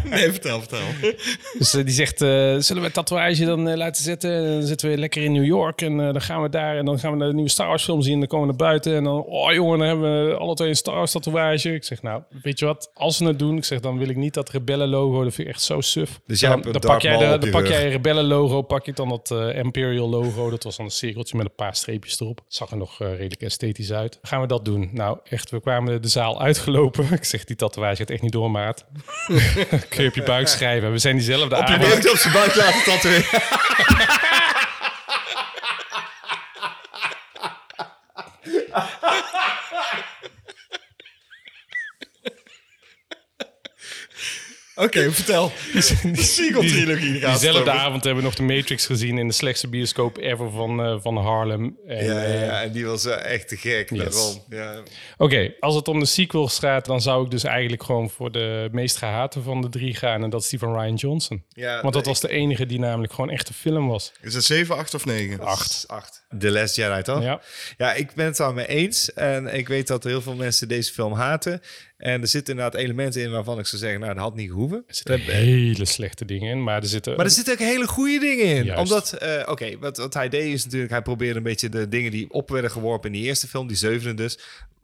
Nee, vertel, vertel.
Dus eh, die zegt, eh, zullen we een tatoeage dan eh, laten zetten? En dan zitten we lekker in New York en eh, dan gaan we daar en dan gaan we naar de nieuwe Star Wars film zien. En dan komen we naar buiten en dan, oh jongen, dan hebben we alle twee een Star Wars tatoeage. Ik zeg, nou, weet je wat, als we het doen, ik zeg, dan wil ik niet dat rebellen logo, dat vind ik echt zo suf.
Dus jij
dan,
hebt een
dan
Darth
pak jij,
Maul
de,
op
dan
je
pak
rug.
jij een rebellen logo, pak ik dan dat eh, Imperial logo. Dat was dan een cirkeltje met een paar streepjes erop. Zag er nog eh, redelijk esthetisch uit. Gaan we dat doen? Nou, echt, we kwamen de zaal uitgelopen. Ik zeg, die tatoeage gaat echt niet door, maat. Kun je op je buik schrijven. We zijn diezelfde
Op je
aarde.
buik op zijn buik laten tatoeëren.
Oké, vertel. De Sequel-trilogie gaat het
Diezelfde
over.
avond hebben we nog de Matrix gezien in de slechtste bioscoop ever van, eh, van Harlem. En,
Ja,
eh,
ja, en die was eh, echt te gek.
Yes.
Daarom. Ja.
Oké, als het om de sequels gaat, dan zou ik dus eigenlijk gewoon voor de meest gehate van de drie gaan. En dat is die van Ryan Johnson.
Ja, eh,
Want dat
nee.
was de enige die namelijk gewoon echt een film was.
Is het 7, 8 of 9?
Acht. Acht. The Last Jedi, toch?
Ja.
Ja, ik ben het daarmee eens. En ik weet dat heel veel mensen deze film haten. En er zitten inderdaad elementen in waarvan ik zou zeggen, nou, dat had niet gehoeven.
Er zitten hele slechte dingen in, maar er zitten...
Maar er zitten ook hele goede dingen in.
Juist.
Omdat, eh, oké, wat, wat hij deed is natuurlijk... hij probeerde een beetje de dingen die op werden geworpen in die eerste film, die zevende dus...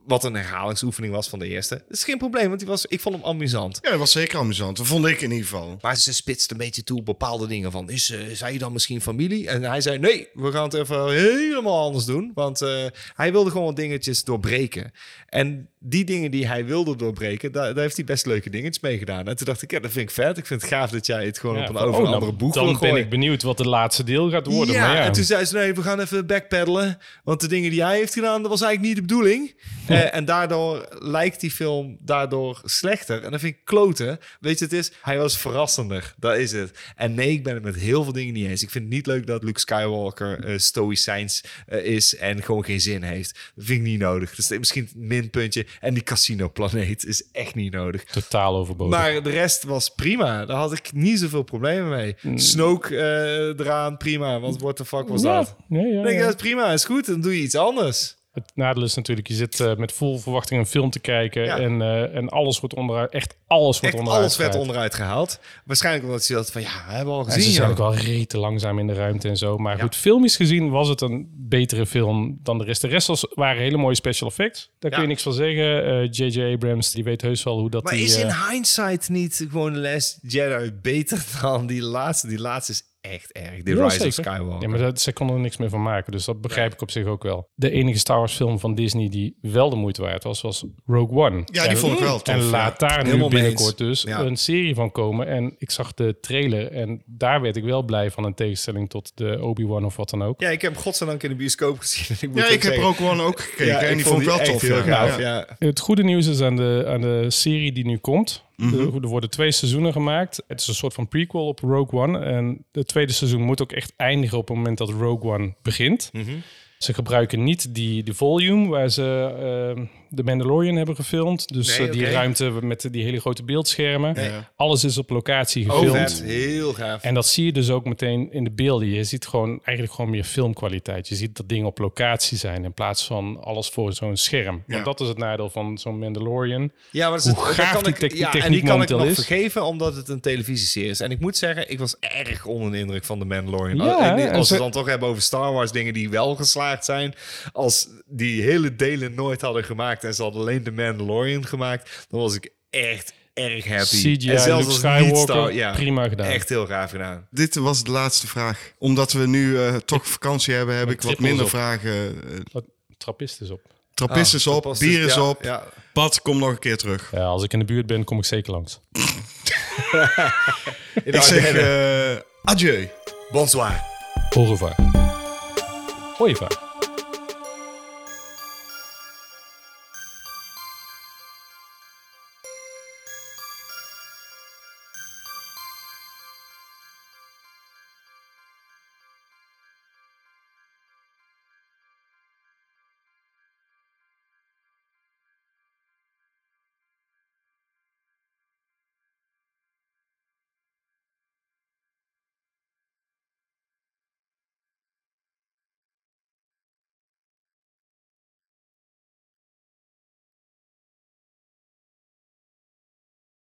wat een herhalingsoefening was van de eerste. Dat is geen probleem, want die was, ik vond hem amusant.
Ja, dat was zeker amusant. Dat vond ik in ieder geval.
Maar ze spitst een beetje toe op bepaalde dingen van... is eh, zij dan misschien familie? En hij zei, nee, we gaan het even helemaal anders doen. Want eh, hij wilde gewoon wat dingetjes doorbreken. En die dingen die hij wilde doorbreken... daar, daar heeft hij best leuke dingetjes mee gedaan. En toen dacht ik, ja, dat vind ik vet. Ik vind het gaaf dat jij het gewoon
Ja,
op een
van,
over
oh,
een
dan-
andere boeg wil
Dan ben
gooien.
ik benieuwd wat de laatste deel gaat worden.
Ja,
maar ja.
en toen zei ze, nee, we gaan even backpedalen. Want de dingen die hij heeft gedaan, dat was eigenlijk niet de bedoeling. Eh, en daardoor lijkt die film daardoor slechter. En dat vind ik kloten. Weet je, het is, hij was verrassender. Dat is het. En nee, ik ben het met heel veel dingen niet eens. Ik vind het niet leuk dat Luke Skywalker eh stoïcijns eh, is en gewoon geen zin heeft. Dat vind ik niet nodig. Dus misschien het minpuntje. En die casino-planeet is echt niet nodig.
Totaal overbodig.
Maar de rest was prima. Daar had ik niet zoveel problemen mee. Snoke eh, eraan, prima. Want what the fuck was dat?
Hmm. ja, ja, ja,
Ik denk,
ja.
dat is prima, is goed. Dan doe je iets anders.
Het nadeel is natuurlijk, je zit eh, met vol verwachting een film te kijken
Ja.
en, eh, en alles wordt onderuit, echt alles wordt
Echt
onderuit.
alles werd
gehaald.
onderuit gehaald. Waarschijnlijk omdat ze dat van, ja, we hebben al
En ze
gezien.
zijn
joh.
ook wel rete langzaam in de ruimte en zo. Maar goed, filmisch gezien was het een betere film dan de rest. De rest was, waren hele mooie special effects. Daar
Ja.
kun je niks van zeggen. Eh, J.J. Abrams, die weet heus wel hoe dat
Maar
die,
is in
eh,
hindsight niet gewoon Les Jedi beter dan die laatste? Die laatste is echt erg. The Rise
Ja,
of
zeker.
Skywalker.
Ja, maar dat, zij konden er niks meer van maken. Dus dat begrijp ik op zich ook wel. De enige Star Wars film van Disney die wel de moeite waard was, was Rogue One.
Ja, die vond ik wel tof.
En
ja.
laat daar nu
Helemaal mee
binnenkort dus
Ja.
een serie van komen. En ik zag de trailer en daar werd ik wel blij van. In tegenstelling tot de Obi-Wan of wat dan ook.
Ja, ik heb godzijdank in de bioscoop gezien. Ik moet
Ja,
ook
ik heb
zeggen,
Rogue One ook gekeken
ja,
en die vond ik wel
echt
tof.
heel
ja.
gaaf,
Ja.
ja.
Het goede nieuws is aan de, aan de serie die nu komt.
Mhm.
Er- Er worden twee seizoenen gemaakt. Het is een soort van prequel op Rogue One. En het tweede seizoen moet ook echt eindigen op het moment dat Rogue One begint.
Mhm.
Ze gebruiken niet die, die volume waar ze eh, de Mandalorian hebben gefilmd. Dus
Nee,
eh, die
oké.
ruimte met die hele grote beeldschermen. Alles is op locatie gefilmd.
Oh, vet. Heel gaaf.
En dat zie je dus ook meteen in de beelden. Je ziet gewoon eigenlijk gewoon meer filmkwaliteit. Je ziet dat dingen op locatie zijn in plaats van alles voor zo'n scherm.
Ja.
Want dat is het nadeel van zo'n Mandalorian.
Ja, maar dat is
Hoe
dat
gaaf
kan
die
ik,
tech-
ja, en die
techniek
kan ik nog
momenteel is.
vergeven omdat het een televisieserie is. En ik moet zeggen, ik was erg onder de indruk van de Mandalorian.
Ja,
Als- en
en
als we
ze-
het dan toch hebben over Star Wars dingen die wel geslaagd zijn. Als die hele delen nooit hadden gemaakt en ze hadden alleen de Mandalorian gemaakt, dan was ik echt erg happy.
CGI
en
Luke
als het niet
Skywalker,
Star- ja,
prima gedaan.
Echt heel gaaf gedaan.
Dit was de laatste vraag. Omdat we nu eh, toch vakantie hebben, heb ik wat
trippels
minder
op.
vragen. eh,
Dat trappist is op.
Trappist is op,
Pas dus-
bier is
ja,
op.
Ja.
Pat, kom nog een keer terug.
Ja, als ik in de buurt ben, kom ik zeker langs.
Ik
Ik zeg
zeg,
eh adieu.
bonsoir.
Au revoir. Au revoir.